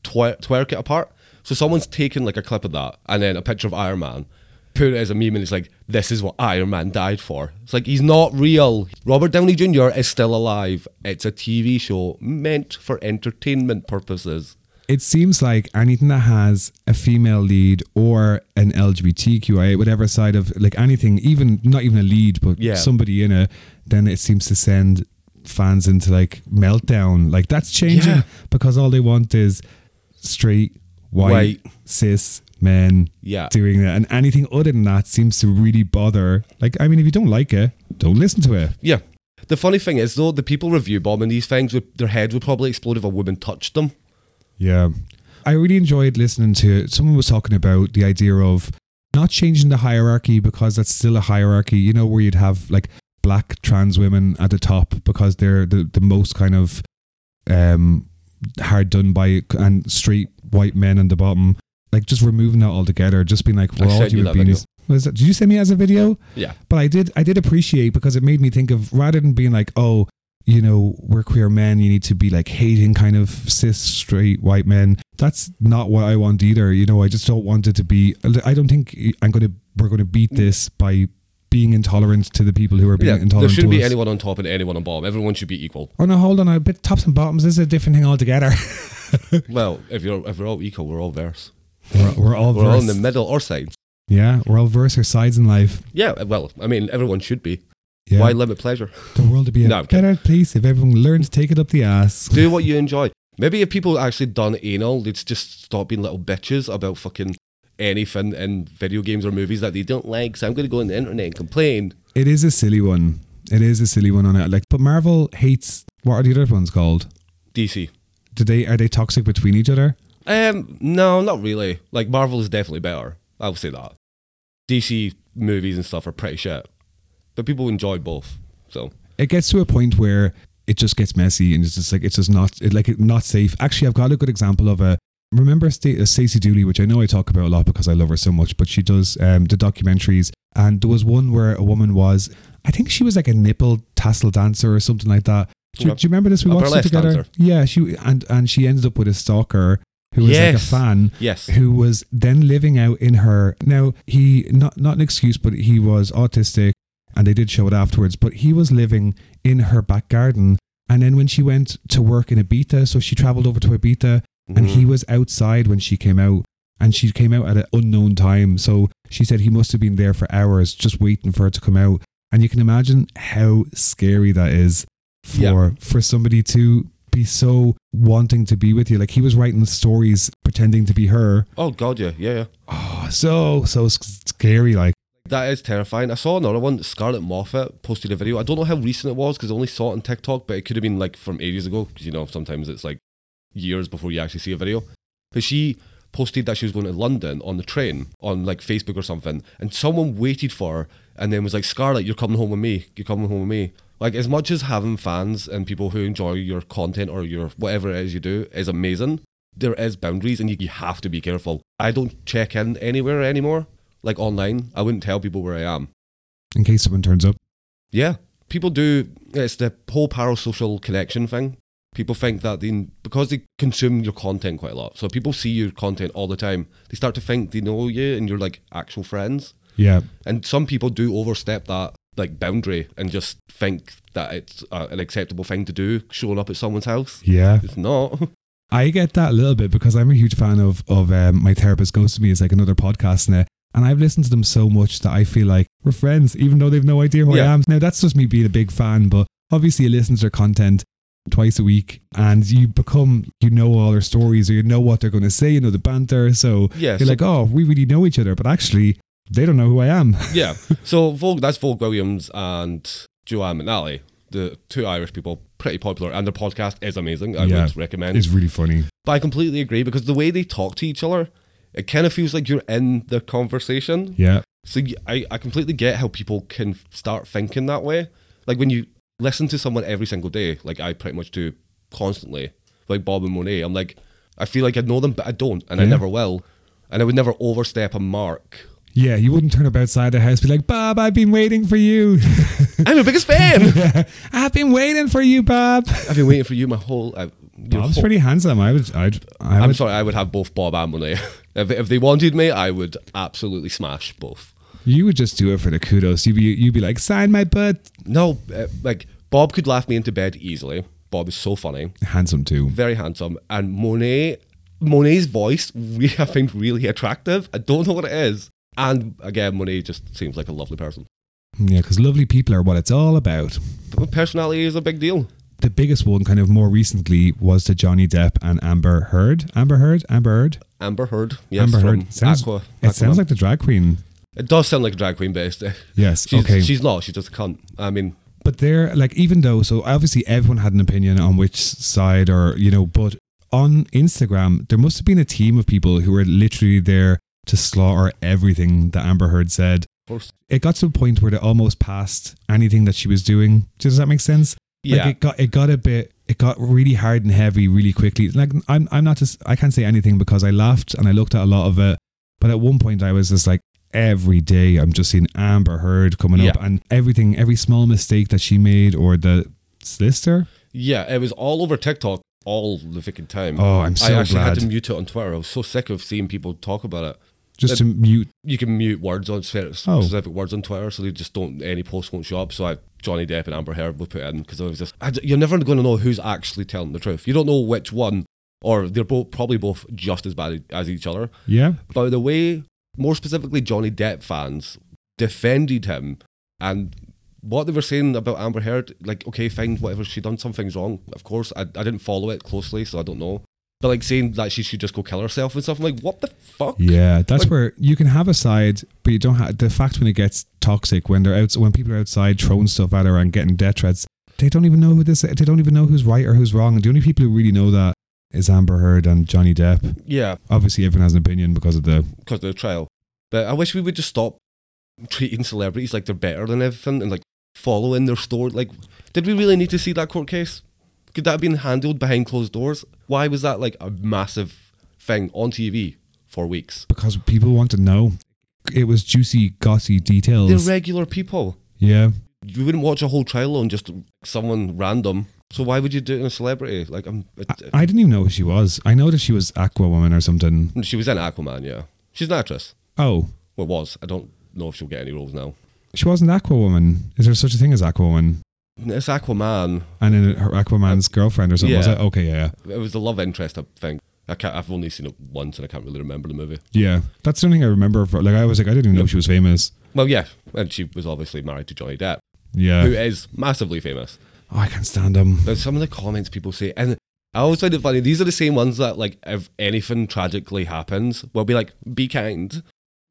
B: twer- twerk it apart. So someone's taken like a clip of that and then a picture of Iron Man. Put it as a meme and it's like, this is what Iron Man died for. It's like, he's not real. Robert Downey Jr. is still alive. It's a TV show meant for entertainment purposes.
C: it seems like anything that has a female lead or an LGBTQIA, whatever side of like anything, even not even a lead, but
B: Yeah.
C: somebody in it, then it seems to send fans into like meltdown. Like that's changing
B: Yeah.
C: because all they want is straight, white,
B: White.
C: cis men
B: Yeah.
C: doing that. And anything other than that seems to really bother. Like, I mean, if you don't like it, don't listen to it.
B: Yeah. The funny thing is, though, the people review bombing these things, would, their heads would probably explode if a woman touched them.
C: Yeah. I really enjoyed listening to someone was talking about the idea of not changing the hierarchy because that's still a hierarchy, you know, where you'd have like black trans women at the top because they're the, the most kind of um hard done by and straight white men on the bottom. Like just removing that altogether, just being like
B: I
C: we're all
B: sent you
C: human
B: that
C: beings. Was that, did you send me as a video?
B: Yeah.
C: but I did I did appreciate because it made me think of rather than being like, oh, you know, we're queer men, you need to be like hating kind of cis straight white men. That's not what I want either. You know, I just don't want it to be. I don't think I'm gonna we're gonna beat this by being intolerant to the people who are being
B: Mm. Yeah, there
C: intolerant
B: shouldn't
C: to
B: be
C: us.
B: anyone on top and anyone on bottom. Everyone should be equal.
C: oh no, hold on! A bit tops and bottoms this is a different thing altogether.
B: Well, if you're if we're all equal, we're all verse.
C: we're, we're all
B: We're all in
C: verse.
B: the middle or sides.
C: yeah, we're all verse or sides in life.
B: Yeah, well, I mean, everyone should be.
C: Yeah,
B: Why limit pleasure?
C: the world would be a
B: No, I'm kidding.
C: better place if everyone learned to take it up the ass.
B: Do what you enjoy. Maybe if people actually done anal, they'd just stop being little bitches about fucking anything in video games or movies that they don't like. So I'm going to go on the internet and complain.
C: It is a silly one. It is a silly one on it. Like, but Marvel hates. What are the other ones called?
B: DC.
C: Do they are they toxic between each other?
B: Um, no, not really. Like Marvel is definitely better. I'll say that. DC movies and stuff are pretty shit, but people enjoy both. So
C: It gets to a point where it just gets messy and it's just like it's just not it, like it, not safe. Actually, I've got a good example of a. Remember Sta- uh, Stacey Dooley, which I know I talk about a lot because I love her so much, but she does um, the documentaries. And there was one where a woman was, I think she was like a nipple tassel dancer or something like that. Do, you-
B: Okay.
C: do you remember this? We
B: A
C: watched it
B: burlesque
C: together.
B: dancer.
C: Yeah, she and and she ended up with a stalker who was like a
B: Yes.
C: fan.
B: yes,
C: who was then living out in her now he not not an excuse but he was autistic and they did show it afterwards but he was living in her back garden and then when she went to work in Ibiza so she traveled over to Ibiza and
B: Mm.
C: he was outside when she came out and she came out at an unknown time so she said he must have been there for hours just waiting for her to come out and you can imagine how scary that is for
B: Yeah.
C: for somebody to be so wanting to be with you like he was writing stories pretending to be her
B: Oh god, yeah, yeah, yeah.
C: Oh, so so s- scary. Like,
B: That is terrifying. I saw another one. Scarlett Moffat posted a video. I don't know how recent it was because I only saw it on TikTok, but it could have been like from ages ago. Because you know sometimes it's like years before you actually see a video. But she posted that she was going to London on the train on like Facebook or something, and someone waited for her and then was like, "Scarlett, you're coming home with me. You're coming home with me." Like as much as having fans and people who enjoy your content or your whatever it is you do is amazing, there is boundaries and you, you have to be careful. I don't check in anywhere anymore, like online. I wouldn't tell people where I am.
C: in case someone turns up.
B: Yeah, people do. It's the whole parasocial connection thing. People think that they, because they consume your content quite a lot, so people see your content all the time. They start to think they know you and you're like actual friends.
C: Yeah,
B: And some people do overstep that like boundary and just think that it's uh, an acceptable thing to do, showing up at someone's house.
C: yeah.
B: It's not.
C: I get that a little bit because I'm a huge fan of of um, my therapist goes to me is like another podcast now, and I've listened to them so much that I feel like we're friends, even though they've no idea who I
B: Yeah.
C: am. Now that's just me being a big fan, but obviously you listen to their content twice a week, and you become you know all their stories or you know what they're going to say, you know the banter. So
B: Yeah,
C: you're
B: so-
C: like, oh, we really know each other, but actually they don't know who I am.
B: yeah. So Vogue, that's Vogue Williams and Joanne McNally, the two Irish people, pretty popular, and their podcast is amazing. I
C: Yeah.
B: would recommend.
C: it's really funny.
B: but I completely agree because the way they talk to each other, it kind of feels like you're in the conversation.
C: Yeah,
B: So y- I, I completely get how people can start thinking that way. Like when you listen to someone every single day, like I pretty much do constantly, like Bob and Monet, I'm like, I feel like I know them, but I don't, and I
C: Yeah.
B: never will. And I would never overstep a mark.
C: Yeah, you wouldn't turn up outside the house be like, Bob, I've been waiting for you.
B: I'm your biggest fan.
C: I've been waiting for you, Bob.
B: I've been waiting for you my whole. I, your
C: Bob's
B: whole-
C: pretty handsome. I would, I'd, I
B: I'm
C: would,
B: sorry, I would have both Bob and Monet. if, if they wanted me, I would absolutely smash both.
C: you would just do it for the kudos. You'd be, you'd be like, sign my butt.
B: No, uh, like Bob could laugh me into bed easily. Bob is so funny,
C: Handsome too.
B: very handsome, and Monet, Monet's voice re- I find really attractive. I don't know what it is, and again, Monet just seems like a lovely person.
C: Yeah, because lovely people are what it's all about.
B: But personality is a big deal.
C: The biggest one, kind of more recently, was the Johnny Depp and Amber Heard. Amber Heard? Amber Heard?
B: Amber Heard, yes,
C: Amber
B: from
C: Heard. Sounds,
B: Aqua.
C: it sounds
B: Aquaman.
C: like the drag queen.
B: it does sound like a drag queen, but it's,
C: Yes,
B: she's,
C: okay.
B: she's not. She's just a cunt. I mean,
C: But they're like, even though, so obviously everyone had an opinion on which side or, you know, but on Instagram, there must have been a team of people who were literally there to slaughter everything that Amber Heard said.
B: of course.
C: It got to a point where they almost passed anything that she was doing. Does that make sense?
B: Yeah,
C: Like it got it got a bit it got really hard and heavy really quickly. Like I'm I'm not just I can't say anything because I laughed and I looked at a lot of it. But at one point I was just like every day I'm just seeing Amber Heard coming up and everything every small mistake that she made or the solicitor.
B: yeah, it was all over TikTok all the freaking time.
C: Oh, I'm so
B: I actually
C: glad.
B: had to mute it on Twitter. I was so sick of seeing people talk about it.
C: Just to mute
B: you can mute words on spe-
C: Oh.
B: specific words on Twitter, so they just don't any post won't show up. So I, Johnny Depp and Amber Heard were put in because I was just I d- you're never going to know who's actually telling the truth. You don't know which one, or they're both probably both just as bad as each other.
C: Yeah.
B: By the way, more specifically, Johnny Depp fans defended him and. What they were saying about Amber Heard, like, okay, fine, whatever, she done something's wrong, of course. I, I didn't follow it closely, so I don't know. But, like, saying that she should just go kill herself and stuff, I'm like, what the fuck?
C: Yeah, that's
B: Like-
C: where you can have a side, but you don't have the fact when it gets toxic when they're out when people are outside throwing stuff at her and getting death threats. They don't even know who this. They don't even know who's right or who's wrong. And the only people who really know that is Amber Heard and Johnny Depp.
B: Yeah,
C: Obviously, everyone has an opinion because of the.
B: because of the trial. But I wish we would just stop treating celebrities like they're better than everything and like following their story. Like, did we really need to see that court case? Could that have been handled behind closed doors? Why was that like a massive thing on TV for weeks?
C: Because people want to know. It was juicy, gossy
B: They're
C: details.
B: regular people.
C: yeah,
B: You wouldn't watch a whole trial on just someone random. So why would you do it in a celebrity? Like, I'm, it,
C: I, I didn't even know who she was. I know that she was Aqua Woman or something.
B: uh, she was in Aquaman, yeah. She's an actress.
C: Oh,
B: Well, was. I don't know if she'll get any roles now.
C: she wasn't Aqua Woman. Is there such a thing as Aqua Woman?
B: It's Aquaman.
C: And then her Aquaman's girlfriend or something was
B: Uh, Yeah.
C: it? Okay, yeah. yeah.
B: It was the love interest, I think. I can't, I've only seen it once and I can't really remember the movie.
C: Yeah, that's the only thing I remember. For, like, I was like, I didn't even know she was famous.
B: Well, yeah, and she was obviously married to Johnny Depp, who
C: Yeah.
B: is massively famous.
C: Oh, I can't stand him.
B: But some of the comments people say, and I always find it funny, these are the same ones that, like, if anything tragically happens, we'll be like, be kind.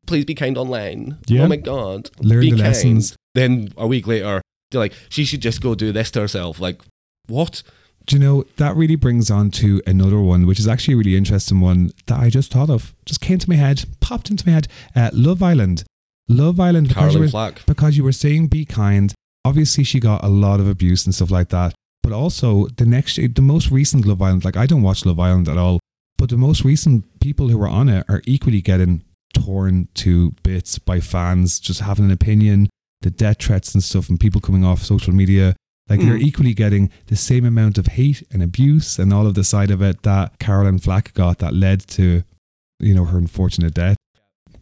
B: Please be kind online.
C: Yeah.
B: Oh my God.
C: Learn
B: be
C: the lessons.
B: Then a week later, they're like, she should just go do this to herself. Like, what?
C: Do you know, that really brings on to another one, which is actually a really interesting one that I just thought of. Just came to my head, popped into my head. Uh, Love Island. Love Island, because you,
B: Carolyn
C: were,
B: Flack.
C: because you were saying be kind, obviously she got a lot of abuse and stuff like that. But also, the next, the most recent Love Island, like I don't watch Love Island at all, but the most recent people who were on it are equally getting torn to bits by fans just having an opinion, the death threats and stuff, and people coming off social media. Like they're
B: Mm.
C: equally getting the same amount of hate and abuse and all of the side of it that Carolyn Flack got that led to, you know, her unfortunate death.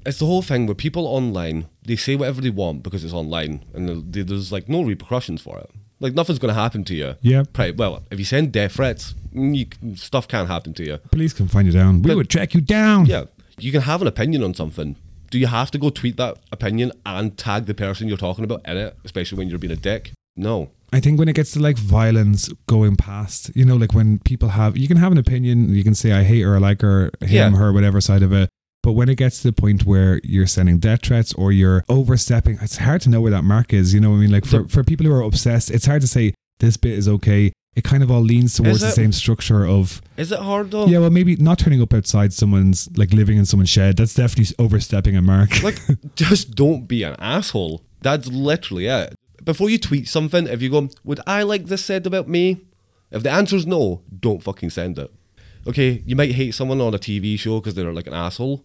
B: it's the whole thing where people online they say whatever they want because it's online and there- there's like no repercussions for it like nothing's going to happen to you
C: Yeah,
B: Right, well, if you send death threats, mm, you, c- stuff can't happen to you.
C: police can find you down. We
B: But-
C: would track you down.
B: Yeah, you can have an opinion on something. Do you have to go tweet that opinion and tag the person you're talking about in it, especially when you're being a dick? No.
C: I think when it gets to like violence going past, you know, like when people have, you can have an opinion, you can say I hate her, I like her, him,
B: Yeah.
C: her, whatever side of it. But when it gets to the point where you're sending death threats or you're overstepping, it's hard to know where that mark is. You know what I mean? Like for, for people who are obsessed, it's hard to say this bit is okay. it kind of all leans towards
B: Is
C: the
B: it?
C: same structure of
B: Is it hard though?
C: yeah, well, maybe not turning up outside someone's like living in someone's shed. That's definitely overstepping a mark.
B: Like, just don't be an asshole. That's literally it. Before you tweet something, if you go, would I like this said about me? If the answer's no, don't fucking send it. Okay, you might hate someone on a TV show because they're like an asshole.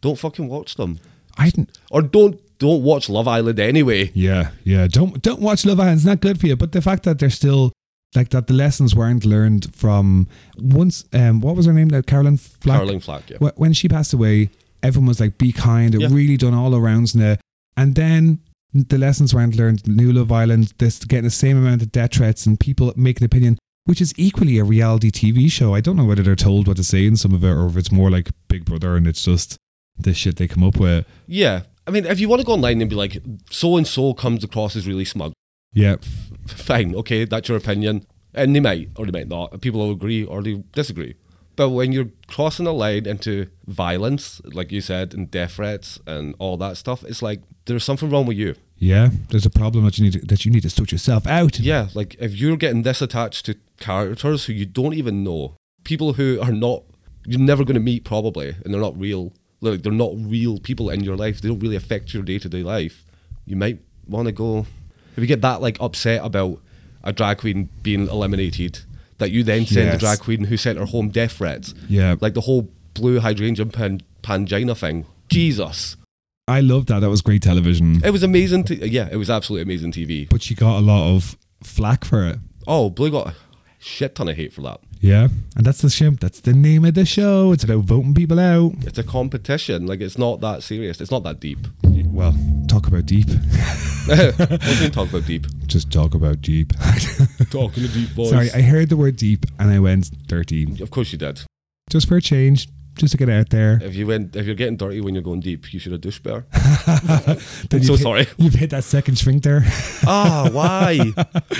B: Don't fucking watch them.
C: I didn't.
B: Or don't don't watch Love Island anyway.
C: Yeah, yeah. Don't don't watch Love Island. It's not good for you. But the fact that they're still like that, the lessons weren't learned from once. Um, what was her name? That Carolyn Flack.
B: Caroline Flack, yeah.
C: Wh- When she passed away, everyone was like, "Be kind." It
B: Yeah.
C: really done all around now. And then the lessons weren't learned. New Love Island, this getting the same amount of death threats and people making opinion, which is equally a reality TV show. I don't know whether they're told what to say in some of it, or if it's more like Big Brother and it's just the shit they come up with.
B: Yeah. I mean, if you want to go online and be like, so and so comes across as really smug,
C: Yeah,
B: fine, okay, that's your opinion. And they might or they might not. People will agree or they disagree. But when you're crossing a line into violence, like you said, and death threats and all that stuff, it's like there's something wrong with you.
C: yeah. There's a problem that you need to, that you need to sort yourself out.
B: Yeah, like if you're getting this attached to characters who you don't even know, people who are not you're never going to meet probably, and they're not real. Like they're not real people in your life. They don't really affect your day to day life. You might want to go if you get that like upset about a drag queen being eliminated, that you then send the
C: Yes.
B: drag queen who sent her home death threats.
C: Yeah.
B: like the whole blue hydrangea pan- pangina thing. Jesus,
C: I love that. That was great television.
B: it was amazing. T- yeah, it was absolutely amazing TV.
C: But she got a lot of flack for it.
B: Oh, blue got a shit ton of hate for that.
C: Yeah, and that's the shim. That's the name of the show. It's about voting people out.
B: it's a competition. Like it's not that serious. It's not that deep.
C: Well, talk about deep.
B: What do you mean talk about deep?
C: Just talk about deep.
B: Talk in a deep voice.
C: Sorry, I heard the word deep and I went dirty.
B: of course you did.
C: Just for a change, just to get it out there.
B: If you went, if you're getting dirty when you're going deep, you should have douche better.
C: Then
B: so
C: you've hit-
B: sorry.
C: You've hit that second sphincter.
B: ah, why?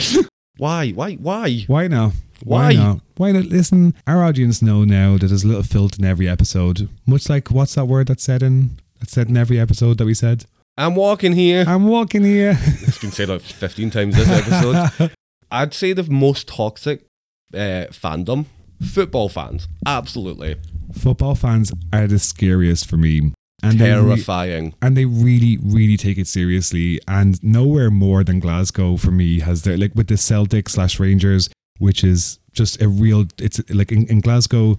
B: why? Why? Why?
C: Why now?
B: Why?
C: now? Why not? Listen, our audience know now that there's a little filth in every episode. Much like what's that word that's said in that's said in every episode that we said.
B: I'm walking here.
C: I'm walking here.
B: It's been said like 15 times this episode. I'd say the most toxic uh, fandom, football fans, absolutely
C: Football fans are the scariest for me. And they re-
B: terrifying.
C: and they really, really take it seriously. And nowhere more than Glasgow for me has their like with the Celtic slash Rangers, which is just a real. It's like in, in Glasgow,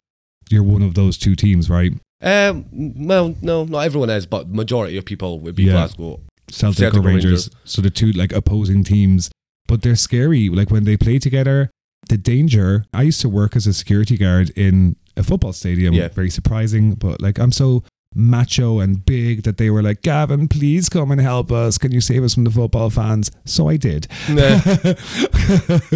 C: you're one of those two teams, right?
B: Um, well, no, not everyone is, but majority of people would be
C: Yeah.
B: Glasgow.
C: Celtic,
B: Celtic
C: or
B: or
C: Rangers.
B: Rangers.
C: So the two like opposing teams, but they're scary. Like when they play together, the danger. I used to work as a security guard in a football stadium.
B: Yeah.
C: Very surprising, but like I'm so macho and big that they were like, Gavin, please come and help us. Can you save us from the football fans? So I did.
B: Nah.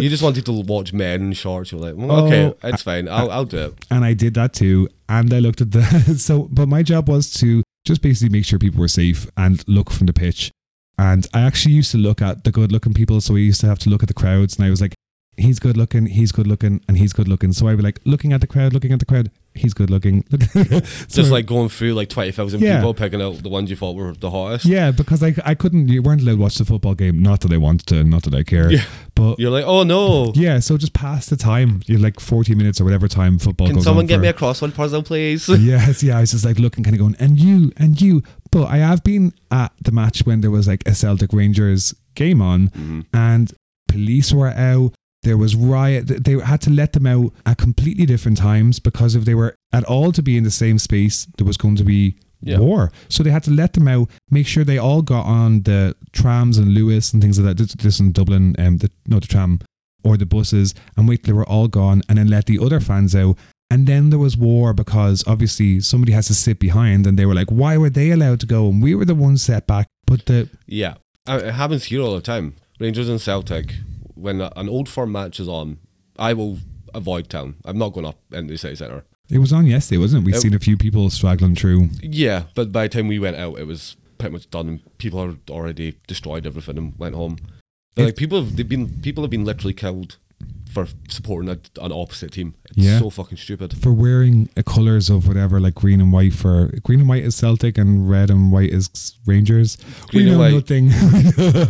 B: you just wanted to watch men in shorts. You're like, well,
C: Oh,
B: okay, it's fine. I'll, I'll do it.
C: and I did that too. And I looked at the so, but my job was to just basically make sure people were safe and look from the pitch. And I actually used to look at the good looking people, so we used to have to look at the crowds, and I was like, he's good looking, he's good looking, and he's good looking. So I was like looking at the crowd, looking at the crowd, he's good looking. Look- So-
B: Just like going through like 20,000
C: Yeah.
B: people, picking out the ones you thought were the hottest.
C: yeah, because I I couldn't, you weren't allowed to watch the football game. Not that I wanted to, not that I care,
B: Yeah.
C: but.
B: You're like, oh no.
C: Yeah, so just pass the time. You're like 40 minutes or whatever time football
B: Can
C: goes
B: someone
C: on
B: get
C: for.
B: me a crossword puzzle, please?
C: yes, yeah. I was just like looking, kind of going, and you, and you. But I have been at the match when there was like a Celtic Rangers game on, and police were out. There was riot. Th- They had to let them out at completely different times because if they were at all to be in the same space, there was going to be
B: Yeah.
C: war. So they had to let them out, make sure they all got on the trams and Lewis and things like that. This, this in Dublin, um, the, no, the tram or the buses, and wait till they were all gone, and then let the other fans out. And then there was war because obviously somebody has to sit behind, and they were like, "Why were they allowed to go and we were the ones set back?" But the
B: yeah. I- It happens here all the time. Rangers and Celtic, when a- an old firm match is on, I will avoid town. I'm not going up into the city centre.
C: it was on yesterday, wasn't it? We've
B: It-
C: seen a few people straggling through.
B: Yeah, but by the time we went out, it was pretty much done, and people had already destroyed everything and went home. But, like people have they've been people have been literally killed for supporting a, an opposite team. It's
C: Yeah.
B: so fucking stupid.
C: for wearing uh, colors of whatever, like green and white for green and white is Celtic and red and white is Rangers.
B: Green
C: we
B: and
C: know
B: white.
C: nothing.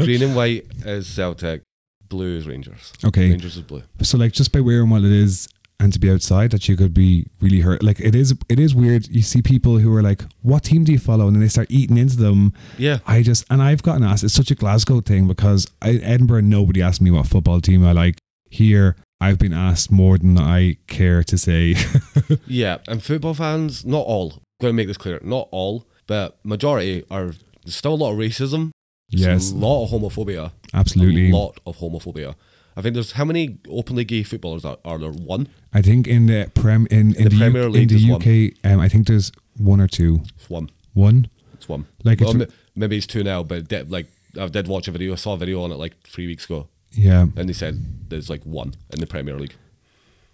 B: Green and white is Celtic. Blue is Rangers.
C: Okay.
B: Rangers is blue.
C: So like just by wearing what it is and to be outside that you could be really hurt. Like it is it is weird. You see people who are like, What team do you follow? And then they start eating into them.
B: Yeah.
C: I just and I've gotten asked it's such a Glasgow thing because I, Edinburgh nobody asked me what football team I like. Here I've been asked more than I care to say.
B: Yeah, and football fans, not all, going to make this clear, not all, but majority are there's still a lot of racism. There's
C: yes.
B: a lot of homophobia.
C: Absolutely.
B: a lot of homophobia. I think there's how many openly gay footballers are, are there? One,
C: I think in the prem in, in
B: The
C: the, U-
B: Premier League is
C: in the UK, um, I think there's one or two.
B: it's one,
C: One?
B: it's one.
C: Like
B: well,
C: it's-
B: m- maybe it's two now, but did, like I did watch a video, I saw a video on it like three weeks ago,
C: Yeah.
B: and they said there's like one in the Premier League.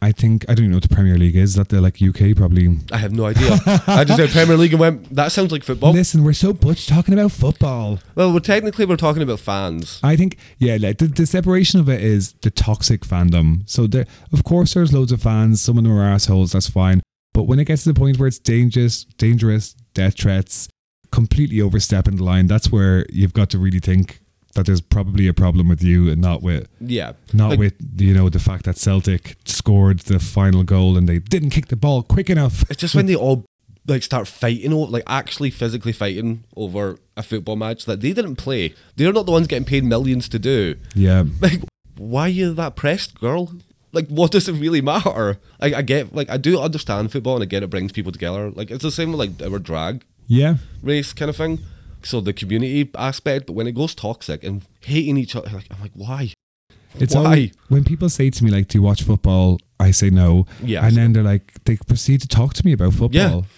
C: I think I don't even know what the Premier League is. Is that the like UK probably
B: I have no idea. I just said Premier League and went. That sounds like football.
C: Listen, we're so butch talking about football.
B: well, we're technically we're talking about fans.
C: I think, yeah, like the, the separation of it is the toxic fandom. So there, of course, there's loads of fans. Some of them are assholes. That's fine. But when it gets to the point where it's dangerous, dangerous death threats, completely overstepping the line, that's where you've got to really think that there's probably a problem with you and not with
B: Yeah,
C: not
B: Like,
C: with you know the fact that Celtic scored the final goal and they didn't kick the ball quick enough.
B: It's just when they all like start fighting, o- like actually physically fighting over a football match that they didn't play. They're not the ones getting paid millions to do.
C: Yeah.
B: Like, why are you that pressed, girl? Like, what does it really matter? I, I get, like, I do understand football, and again, it brings people together. Like, it's the same with like our drag
C: Yeah.
B: race kind of thing. So the community aspect, but when it goes toxic and hating each other, like, I'm like, why?
C: It's
B: Why?
C: always, when people say to me like, "Do you watch football?" I say no,
B: Yeah.
C: and then they're like, they proceed to talk to me about football.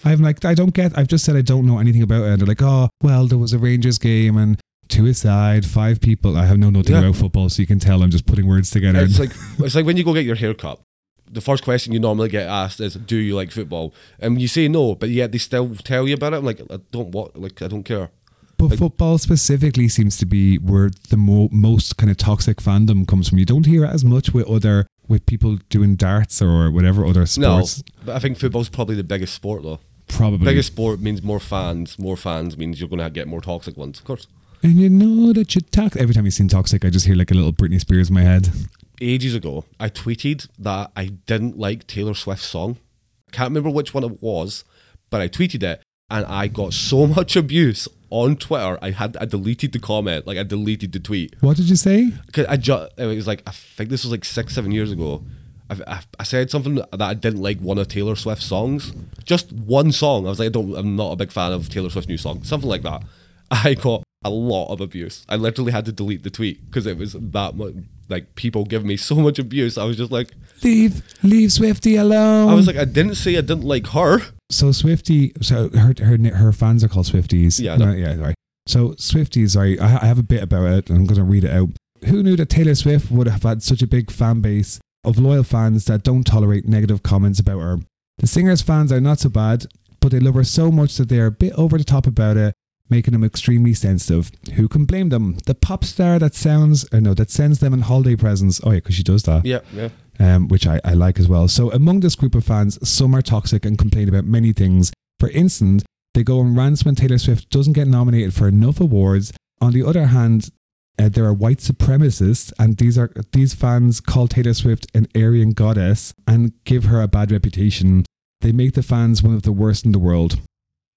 B: Yeah.
C: I'm like, I don't get. I've just said I don't know anything about it. And they're like, "Oh, well, there was a Rangers game and to his side, five people." I have no nothing
B: Yeah.
C: about football, so you can tell I'm just putting words together.
B: It's like it's like when you go get your haircut. The first question you normally get asked is, "Do you like football?" And you say no, but yet they still tell you about it. I'm like, I don't want, like, I don't care.
C: but
B: like-
C: football specifically seems to be where the mo- most kind of toxic fandom comes from. You don't hear it as much with other with people doing darts or whatever other sports.
B: No, but I think football's probably the biggest sport though.
C: Probably
B: Biggest sport means more fans. More fans means you're gonna get more toxic ones, of course.
C: And you know that you're toxic. Every time you sing toxic, I just hear like a little Britney Spears in my head.
B: Ages ago, I tweeted that I didn't like Taylor Swift's song. Can't remember which one it was, but I tweeted it, and I got so much abuse on Twitter. I had I deleted the comment, like I deleted the tweet.
C: What did you say?
B: Cause I ju- it was like I think this was like six seven years ago. I, I, I said something that I didn't like one of Taylor Swift's songs, just one song. I was like, I don't, I'm not a big fan of Taylor Swift's new song, something like that. I got a lot of abuse. I literally had to delete the tweet because it was that much. Like people give me so much abuse. I was just like,
C: Leave, leave Swifty alone.
B: I was like, I didn't say I didn't like her.
C: so Swifty. So her her her fans are called Swifties.
B: Yeah, I
C: no,
B: know.
C: yeah, sorry. So Swifties, sorry, I, I have a bit about it. and I'm going to read it out. Who knew that Taylor Swift would have had such a big fan base of loyal fans that don't tolerate negative comments about her? The singer's fans are not so bad, but they love her so much that they are a bit over the top about it, making them extremely sensitive. Who can blame them? The pop star that sounds, or no, that sends them in holiday presents. Oh yeah, because she does that
B: Yeah, yeah.
C: um, which I, I like as well. So, among this group of fans, some are toxic and complain about many things. For instance, they go on rants when Taylor Swift doesn't get nominated for enough awards. On the other hand, uh, there are white supremacists, and these are these fans call Taylor Swift an Aryan goddess and give her a bad reputation. They make the fans one of the worst in the world.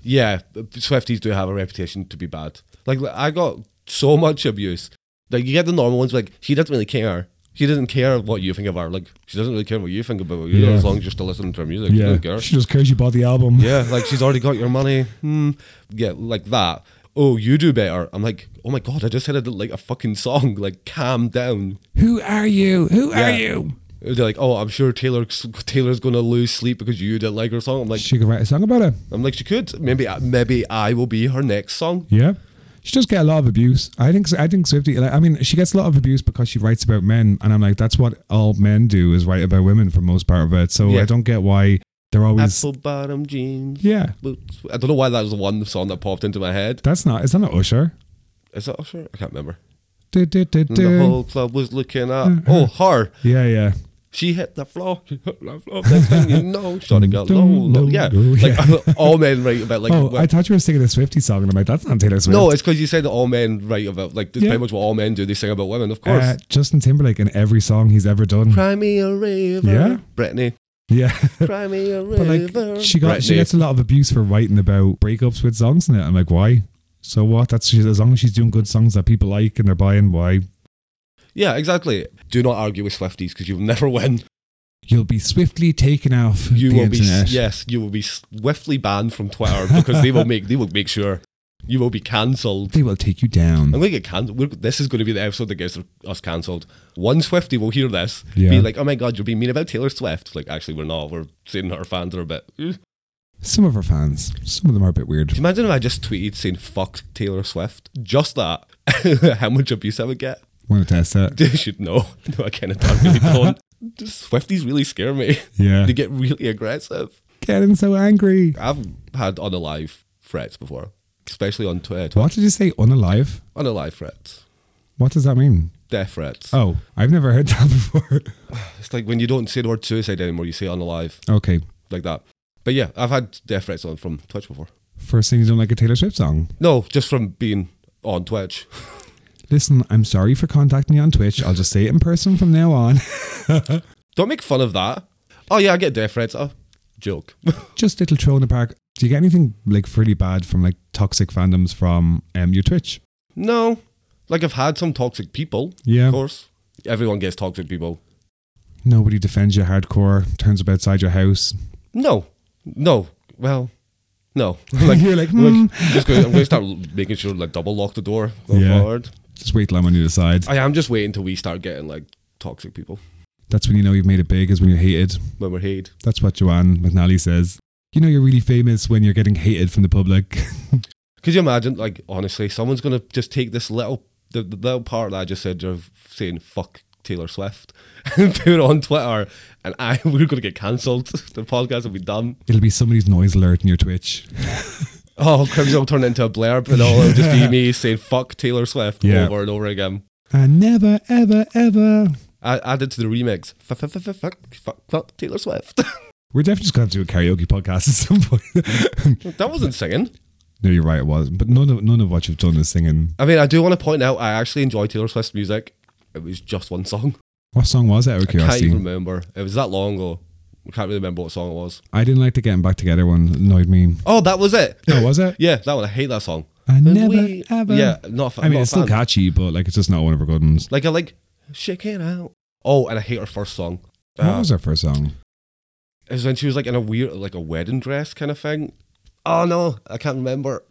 B: yeah, Swifties do have a reputation to be bad. Like I got so much abuse. Like you get the normal ones, like she doesn't really care. She doesn't care what you think of her. Like she doesn't really care what you think about her. You know,
C: Yeah.
B: as long as you're still listening to her music, she doesn't care.
C: she just cares you bought the album.
B: yeah, like she's already got your money. Hmm. Yeah, like that. Oh, you do better. I'm like, oh my god, I just said I didn't like a fucking song. Like, calm down.
C: Who are you? Who
B: Yeah.
C: are you?
B: They're like, oh, I'm sure Taylor Taylor's gonna lose sleep because you didn't like her song. I'm like,
C: She could write a song about it.
B: I'm like, she could. Maybe, maybe I will be her next song.
C: Yeah. She does get a lot of abuse. I think I think Swifty. Like, I mean, she gets a lot of abuse because she writes about men, and I'm like, that's what all men do is write about women for most part of it. So
B: Yeah.
C: I don't get why they're always.
B: Apple bottom jeans.
C: Yeah,
B: Boots. I don't know why that was the one song that popped into my head.
C: that's not. Is that not Usher?
B: Is that Usher? I can't remember.
C: Du- du- du-
B: And the
C: du. Mm-hmm.
B: whole club was looking at. Oh, her.
C: Yeah, yeah.
B: She hit the floor. She hit the floor. Next thing you know, Johnny got low, low. Yeah, like
C: Yeah.
B: all men write about like.
C: oh,
B: well-
C: I thought you were singing a Swifty song, and I'm like, that's not Taylor Swift.
B: no, it's because you said that all men write about like that's
C: Yeah.
B: pretty much what all men do. They sing about women, of course.
C: uh, Justin Timberlake in every song he's ever done.
B: Cry me a river,
C: Yeah.
B: Brittany.
C: Yeah,
B: Cry me a
C: but
B: river.
C: like she got
B: Britney.
C: she gets a lot of abuse for writing about breakups with songs in it. I'm like, why? So what? That's as long as she's doing good songs that people like and they're buying. Why?
B: Yeah, exactly. Do not argue with Swifties because you'll never win.
C: You'll be swiftly taken off
B: You
C: the
B: will
C: internet.
B: be yes, you will be swiftly banned from Twitter because they will make they will make sure you will be cancelled.
C: They will take you down.
B: I'm going to get cancelled. This is going to be the episode that gets us cancelled. One Swifty will hear this,
C: Yeah.
B: be like, "Oh my god, you're being mean about Taylor Swift." Like, actually, we're not. We're saying her fans are a bit. "Eh."
C: Some of her fans, some of them are a bit weird.
B: Imagine if I just tweeted saying "fuck Taylor Swift," just that. How much abuse I would get.
C: Want to test that?
B: They should know. No, I kind of don't really don't. Just Swifties really scare me.
C: Yeah,
B: They get really aggressive.
C: getting so angry.
B: I've had unalive threats before, especially on uh, Twitter.
C: What did you say? Unalive?
B: Unalive threats,
C: What does that mean?
B: death threats.
C: Oh, I've never heard that before.
B: It's like when you don't say the word suicide anymore, you say unalive,
C: okay,
B: like that. But yeah, I've had death threats on from Twitch before.
C: first thing you don't like a Taylor Swift song.
B: No, just from being on Twitch.
C: Listen, I'm sorry for contacting you on Twitch. I'll just say it in person from now on.
B: Don't make fun of that. Oh yeah, I get death threats. Oh, joke.
C: Just little troll in the park. Do you get anything like really bad from like toxic fandoms from um, your Twitch?
B: no, like I've had some toxic people.
C: Yeah.
B: Of course, everyone gets toxic people.
C: Nobody defends you hardcore. Turns up outside your house.
B: No, no. Well, no. Like,
C: You're like,
B: look,
C: hmm.
B: just going, I'm going to start making sure like double lock the door going
C: Yeah.
B: forward.
C: Just wait till I'm on your side.
B: I am just waiting till we start getting like toxic people
C: That's when you know you've made it big. Is when you're hated.
B: when we're hated.
C: That's what Joanne McNally says. You know you're really famous when you're getting hated from the public.
B: Could you imagine? Like honestly, someone's going to just take this little the, the little part that I just said of saying fuck Taylor Swift and put it on Twitter, and I we're going to get cancelled. The podcast will be done.
C: It'll be somebody's noise alert in your Twitch.
B: Oh, Crimson will turn into a blurb, and all it'll just be me saying fuck Taylor Swift
C: Yeah.
B: over and over again.
C: And never, ever, ever.
B: I added to the remix. Fuck, fuck, fuck, fuck, fuck, fuck Taylor Swift.
C: We're definitely just going to have to do a karaoke podcast at some point.
B: that wasn't singing.
C: no, you're right, it was. But none of, none of what you've done is singing.
B: I mean, I do want to point out I actually enjoy Taylor Swift's music. It was just one song.
C: What song was it, out of
B: I can't even
C: curiosity?
B: remember. It was that long ago. I can't really remember what song it was.
C: I didn't like the Getting Back Together one. It annoyed me.
B: Oh, that was it.
C: No, was it?
B: Yeah, that one. I hate that song.
C: I
B: And
C: never,
B: we-
C: ever.
B: Yeah, not. a fa-
C: I mean,
B: not a
C: it's still
B: fan.
C: catchy, but like it's just not one of her good ones.
B: Like I like shake it out. Oh, and I hate her first song.
C: what
B: Uh,
C: was her first song?
B: it was when she was like in a weird, like a wedding dress kind of thing. Oh no, I can't remember.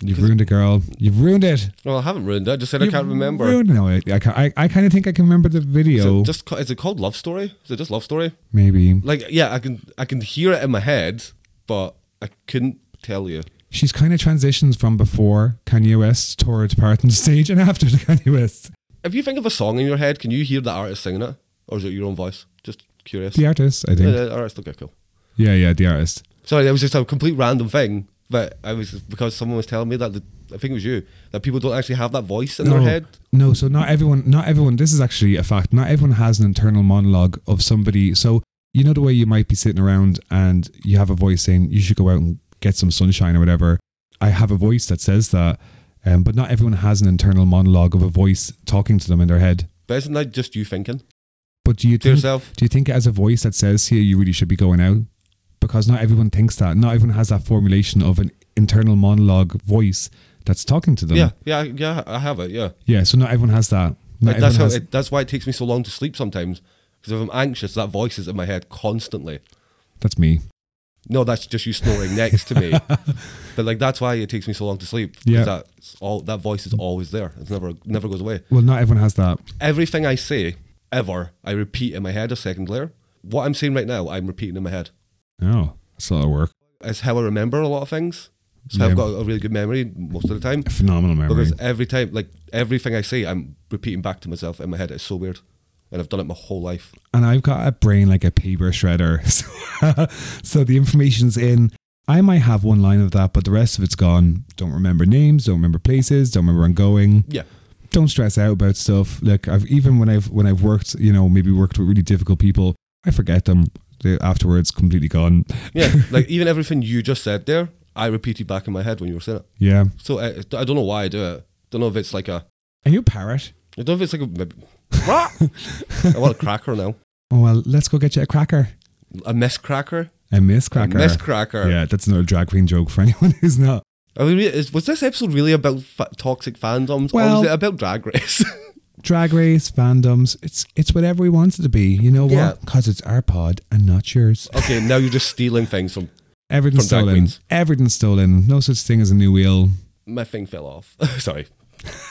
C: You've ruined it, girl. You've ruined it.
B: Well, I haven't ruined it. I just said I
C: You've
B: can't remember.
C: ruined- no, I, I, can't- I, I kind of think I can remember the
B: Is
C: video.
B: it just ca- is it called Love Story? Is it just Love Story?
C: Maybe.
B: Like yeah, I can I can hear it in my head, but I couldn't tell you.
C: She's kind of transitions from before Kanye West tore it apart on stage and after the Kanye West.
B: If you think of a song in your head, can you hear the artist singing it, or is it your own voice? Just curious.
C: The artist, I
B: Yeah,
C: think.
B: the artist. Okay, cool.
C: Yeah, yeah, the artist.
B: Sorry, that was just a complete random thing, but I was because someone was telling me that the, I think it was you that people don't actually have that voice in their head.
C: no, so not everyone, not everyone, this is actually a fact. Not everyone has an internal monologue of somebody. So, you know, the way you might be sitting around and you have a voice saying, you should go out and get some sunshine or whatever. I have a voice that says that, um, but not everyone has an internal monologue of a voice talking to them in their head.
B: But isn't that just you thinking
C: But do you
B: to
C: think
B: yourself?
C: Do you think as a voice that says here you really should be going out? Because not everyone thinks that. Not everyone has that formulation of an internal monologue voice that's talking to them.
B: Yeah, yeah, yeah. I have it. Yeah,
C: Yeah. So not everyone has that. Not
B: like, that's
C: everyone
B: how.
C: has,
B: It, that's why it takes me so long to sleep sometimes because if I'm anxious, that voice is in my head constantly.
C: that's me.
B: No, that's just you snoring next to me. But like that's why it takes me so long to sleep. 'cause
C: Yeah.
B: that's all that voice is always there. It's never never goes away.
C: Well, not everyone has that.
B: Everything I say ever, I repeat in my head a second layer. What I'm saying right now, I'm repeating in my head.
C: Oh, that's a lot of work.
B: It's how I remember a lot of things. So
C: Yeah.
B: I've got a really good memory most of the time.
C: A phenomenal memory.
B: Because every time, like everything I say, I'm repeating back to myself in my head. It's so weird, and I've done it my whole life.
C: and I've got a brain like a paper shredder. So, so the information's in. I might have one line of that, but the rest of it's gone. Don't remember names. Don't remember places. Don't remember where I'm going.
B: Yeah,
C: don't stress out about stuff. Like I've even when I've when I've worked, you know, maybe worked with really difficult people, I forget them. They're afterwards completely gone.
B: Yeah, like even everything you just said there, I repeated back in my head when you were saying it.
C: Yeah.
B: So I, I don't know why I do it. Don't know if it's like a.
C: And you parrot.
B: I don't know if it's like a. Maybe, Rah! I want a cracker now.
C: Oh well, let's go get you a cracker.
B: A mess cracker.
C: A miss cracker.
B: A mess cracker.
C: Yeah, that's another drag queen joke for anyone who's not.
B: Are we re- is, was this episode really about fa- toxic fandoms, or
C: Well-
B: was it about Drag Race?
C: Drag race, fandoms, it's it's whatever we want it to be. You know
B: Yeah.
C: what? Because it's our pod and not yours.
B: okay, now you're just stealing things from.
C: Everything's
B: From drag
C: stolen.
B: queens.
C: Everything's stolen. No such thing as a new wheel.
B: My thing fell off. Sorry,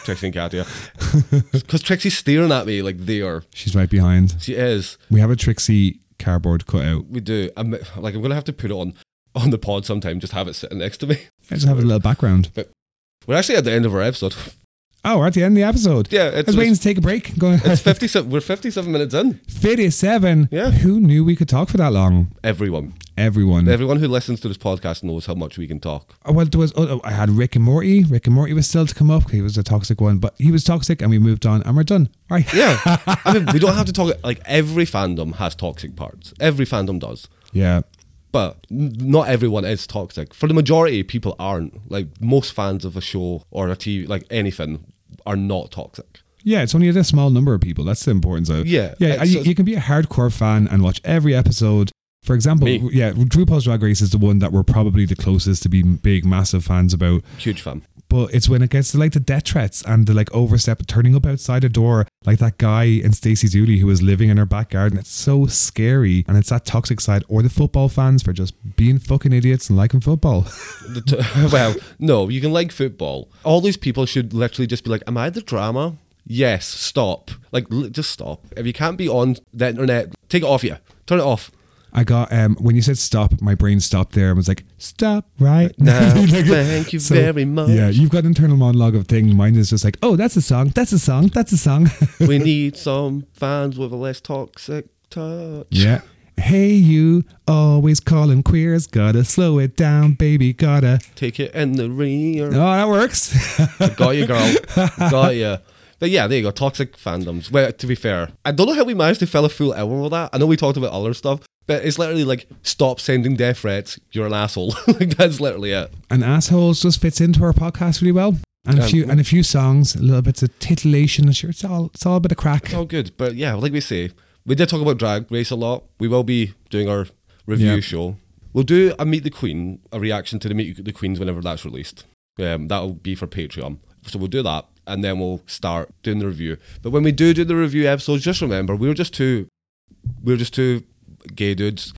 B: Trixie and Katia. Because Trixie's staring at me like they are.
C: She's right behind.
B: She is.
C: We have a Trixie cardboard cutout.
B: We do. I'm like I'm gonna have to put it on on the pod sometime. Just have it sitting next to me.
C: I just have a little background.
B: We're actually at the end of our episode.
C: Oh, we're at the end of the episode.
B: Yeah,
C: I
B: it's
C: was waiting to take a break. Go
B: it's fifty seven. We're fifty seven minutes in.
C: 57.
B: Yeah.
C: Who knew we could talk for that long?
B: Everyone,
C: Everyone.
B: everyone who listens to this podcast knows how much we can talk.
C: Oh, well, there was. Oh, oh, I had Rick and Morty. Rick and Morty was still to come up. He was a toxic one, but he was toxic, and we moved on, and we're done. All right.
B: Yeah, I mean, we don't have to talk. Like every fandom has toxic parts. Every fandom does.
C: Yeah.
B: But n- not everyone is toxic. For the majority, people aren't. Like most fans of a show or a TV, like anything, are not toxic.
C: Yeah, it's only a small number of people. That's the importance of it.
B: Yeah,
C: yeah.
B: it's
C: and you,
B: just-
C: you can be a hardcore fan and watch every episode. For example,
B: Me.
C: yeah, RuPaul's Drag Race is the one that we're probably the closest to being big, massive fans about.
B: Huge fan.
C: But it's when it gets to like the death threats and the like overstep, turning up outside a door, like that guy in Stacey Dooley who was living in her backyard, and it's so scary. And it's that toxic side, or the football fans for just being fucking idiots and liking football.
B: The t- well, no, you can like football. All these people should literally just be like, "Am I the drama?" Yes, stop. Like, l- just stop. If you can't be on the internet, take it off you. Turn it off.
C: I got um when you said stop, my brain stopped there and was like, stop right
B: now. Thank you very much.
C: Yeah, you've got an internal monologue of thing. Mine is just like, oh, that's a song, that's a song, that's a song.
B: we need some fans with a less toxic touch.
C: yeah. Hey, you always calling queers. Gotta slow it down, baby. Gotta.
B: Take it in the rear.
C: Oh, that works.
B: Got you, girl. Got you. But yeah, there you go. Toxic fandoms. Well, to be fair, I don't know how we managed to fill a full hour with that. I know we talked about other stuff, but it's literally like stop sending death threats. You're an asshole. like that's literally it.
C: and assholes just fits into our podcast really well. And a
B: Um,
C: few and a few songs, a little bits of titillation. Sure, it's all it's all a bit of crack.
B: It's all good. But yeah, like we say, we did talk about drag race a lot. We will be doing our review
C: Yeah.
B: show. We'll do a Meet the Queen, a reaction to the Meet the Queens whenever that's released. Um, that'll be for Patreon. So we'll do that and then we'll start doing the review. But when we do do the review episodes, just remember we were just two we were just two gay dudes.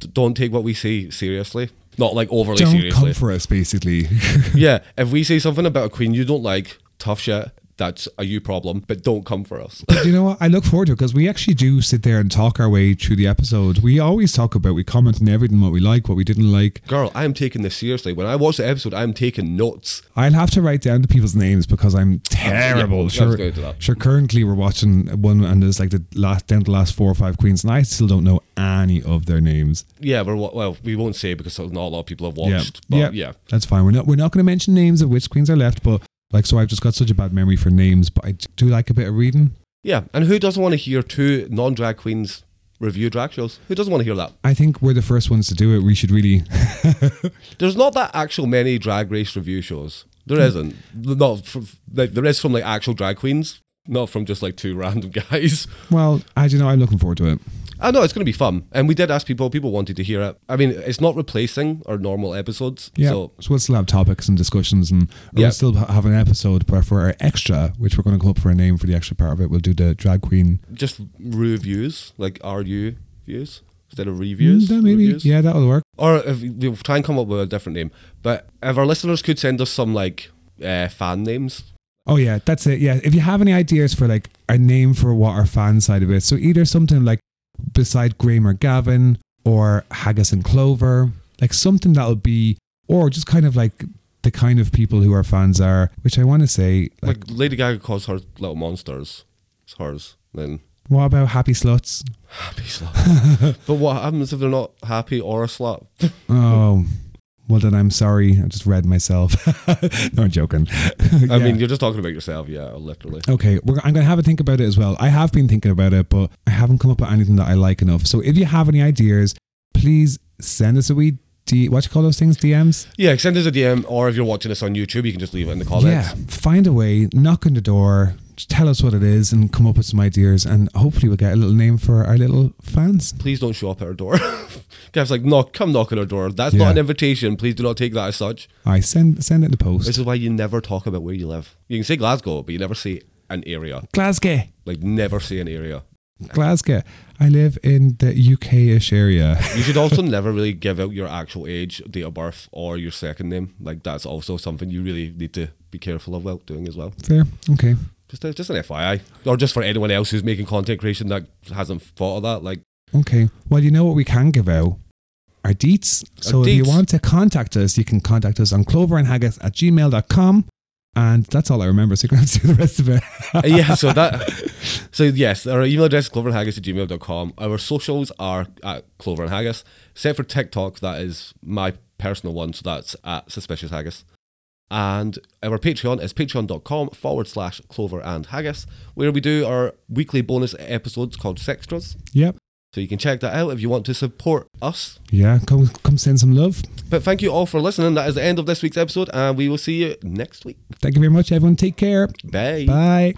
B: D- Don't take what we say seriously. Not like overly
C: Don't
B: seriously
C: come for us, basically.
B: yeah, if we say something about a queen you don't like, tough shit, that's a you problem, but don't come for us.
C: Do you know what? I look forward to it because we actually do sit there and talk our way through the episode. We always talk about, we comment on everything, what we like, what we didn't like.
B: Girl, I am taking this seriously. When I watch the episode, I'm taking notes.
C: I'll have to write down the people's names because I'm terrible.
B: Yeah, I was
C: sure,
B: going to that.
C: sure. Currently, we're watching one, and there's like the last down to the last four or five queens, and I still don't know any of their names.
B: Yeah, we're, wa- well, we won't say because not a lot of people have
C: Yeah,
B: watched. But yeah.
C: that's fine. We're not we're not going to mention names of which queens are left, but like, so I've just got such a bad memory for names, but I do like a bit of reading.
B: Yeah, and who doesn't want to hear two non drag queens review drag shows? Who doesn't want to hear that?
C: I think we're the first ones to do it. We should really
B: There's not that actual many drag race review shows.
C: Hmm.
B: There isn't. Not from, like, there is from like actual drag queens, not from just like two random guys.
C: well. I do know. I'm looking forward to it.
B: I know it's going to be fun, and we did ask people. People wanted to hear it. I mean, it's not replacing our normal episodes.
C: Yeah. So,
B: So
C: we'll still have topics and discussions, and
B: Yeah.
C: we'll still ha- have an episode. But for our extra, which we're going to come up for a name for the extra part of it, we'll do the drag queen.
B: just reviews, like RU views instead of
C: Mm,
B: reviews.
C: that maybe,
B: reviews.
C: yeah, that'll work.
B: Or if we'll try and come up with a different name. But if our listeners could send us some like uh, fan names,
C: Oh yeah, that's it. Yeah, if you have any ideas for like a name for what our fan side of it, so either something like beside Graham or Gavin or Haggis and Clover, like something that'll be, or just kind of like the kind of people who our fans are, which I want to say, like,
B: like, Lady Gaga calls her little monsters, it's hers. Then
C: what about Happy Sluts?
B: happy slut. but what happens if they're not happy or a slut?
C: Oh, Well, then I'm sorry. I just read myself. no, I'm joking.
B: I
C: Yeah.
B: mean, you're just talking about yourself, yeah, literally.
C: Okay, we're, I'm going to have a think about it as well. I have been thinking about it, but I haven't come up with anything that I like enough. So if you have any ideas, please send us a wee. D- what do you call those things? DMs?
B: Yeah, send us a DM, or if you're watching this on YouTube, you can just leave it in the comments.
C: Yeah. Find a way, knock on the door, just tell us what it is, and come up with some ideas. And hopefully, we'll get a little name for our little fans.
B: Please don't show up at our door. Gav's like, knock, come knock on our door. That's
C: Yeah.
B: not an invitation. Please do not take that as such.
C: All right, send, send it in the post.
B: This is why you never talk about where you live. You can say Glasgow, but you never say an area.
C: Glasgow.
B: Like, never say an area.
C: Glasgow. I live in the UK ish area.
B: You should also never really give out your actual age, date of birth, or your second name. Like, that's also something you really need to be careful about doing as well.
C: Fair. Okay.
B: Just, a, just an FYI, or just for anyone else who's making content creation that hasn't thought of that. Like,
C: Okay. Well, you know what we can give out? Our deets. So if you
B: deets.
C: want to contact us, you can contact us on cloverandhaggis at gmail.com. And that's all I remember. So you're going to have to do the rest of it.
B: yeah, so that. So, yes, our email address is cloverandhaggis at gmail.com. Our socials are at clover and haggis, except for TikTok, that is my personal one, so that's at suspicious haggis. And our Patreon is patreon.com forward slash clover and haggis, where we do our weekly bonus episodes called Sextras.
C: Yep.
B: So, you can check that out if you want to support us.
C: Yeah. Come, come send some love.
B: But thank you all for listening. That is the end of this week's episode, and we will see you next week.
C: Thank you very much, everyone. Take care. Bye.